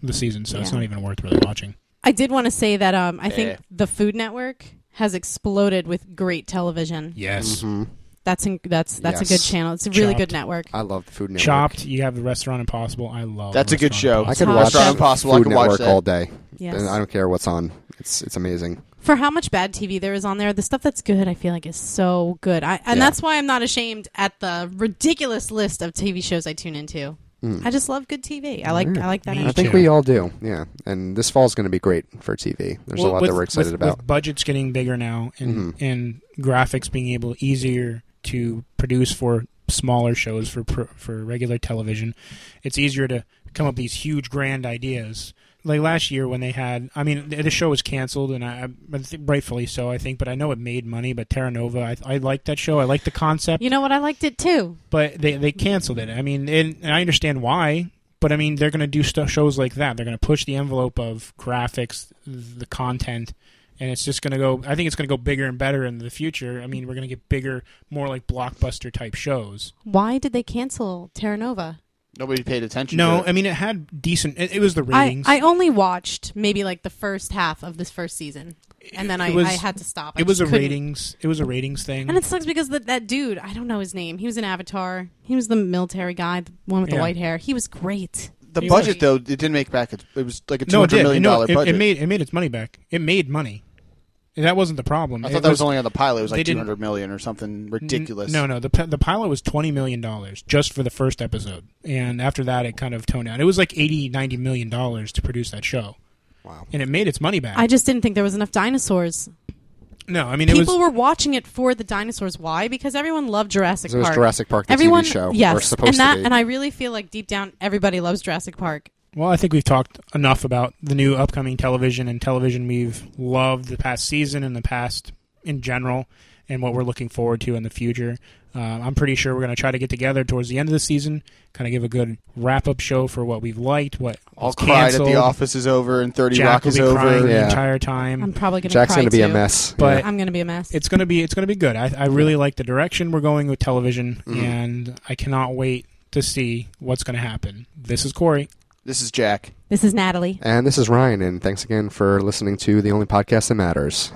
the season, so it's Yeah. not even worth really watching. I did want to say that um, I think Eh. the Food Network has exploded with great television. Yes, Mhm. That's in, that's that's a good Yes. channel. It's a really Chopped. good network. I love the Food Network. Chopped. You have the Restaurant Impossible. I love. That's a good Restaurant show. I Impossible. could Top watch Restaurant Food Impossible, I could watch Network that. all day. Yes. And I don't care what's on. It's it's amazing. for how much bad TV there is on there, the stuff that's good, I feel like is so good. I, and Yeah. that's why I'm not ashamed at the ridiculous list of TV shows I tune into. Mm. I just love good TV. I like I like that. Me I energy. think too. we all do. Yeah. And this fall's going to be great for TV. There's a Well, lot with- that we're excited with- about. Mm-hmm. With budgets getting bigger now, and and graphics being able easier to produce for smaller shows for pr- for regular television, it's easier to come up with these huge grand ideas. Like last year when they had, I mean, the, the show was canceled, and I, I think rightfully so, I think. But I know it made money. But Terra Nova, I, I liked that show. I liked the concept, You know what? I liked it too. but they they canceled it. I mean, and, and I understand why. But I mean, they're going to do stuff, shows like that. They're going to push the envelope of graphics, the content, and it's just going to go. I think it's going to go bigger and better in the future. I mean, we're going to get bigger, more like blockbuster type shows. Why did they cancel Terra Nova? Nobody paid attention. No, to I it. mean it had decent. It, it was the I, ratings. I only watched maybe like the first half of this first season, and then I, was- I had to stop. I it was a just couldn't. ratings. It was a ratings thing. and it sucks because that that dude I don't know his name. He was an Avatar. He was the military guy, the one with the Yeah. white hair. He was great. the it budget was- though, it didn't make back. It, it was like a two no, it hundred did. million no, dollar it, budget. it made it made its money back. It made money. That wasn't the problem. I It thought that was, only on the pilot. It was they like two didn't- hundred million or something ridiculous. No, no. The pi- the pilot was twenty million dollars just for the first episode, and after that, it kind of toned down. It was like 80, 90 million dollars to produce that show, Wow. and it made its money back. I just didn't think there was enough dinosaurs. no, I mean it was. people were watching it for the dinosaurs. Why? Because everyone loved Jurassic So it was Park. Jurassic Park, the everyone, TV show. yes, Or supposed and that, to be. and I really feel like deep down, everybody loves Jurassic Park. Well, I think we've talked enough about the new upcoming television and television we've loved the past season and the past in general and what we're looking forward to in the future. Uh, I'm pretty sure we're going to try to get together towards the end of the season, kind of give a good wrap up show for what we've liked, what all was cried canceled. at the office is over and Thirty Jack Rock will is be over. crying the Yeah. entire time. I'm probably going to Jack's cry going to be a too. mess. But- I'm going to be a mess. it's gonna be it's gonna be good. I, I really like the direction we're going with television, and I cannot wait to see what's gonna happen. This is Corey. This is Jack. this is Natalie. and this is Ryan, and thanks again for listening to the only podcast that matters.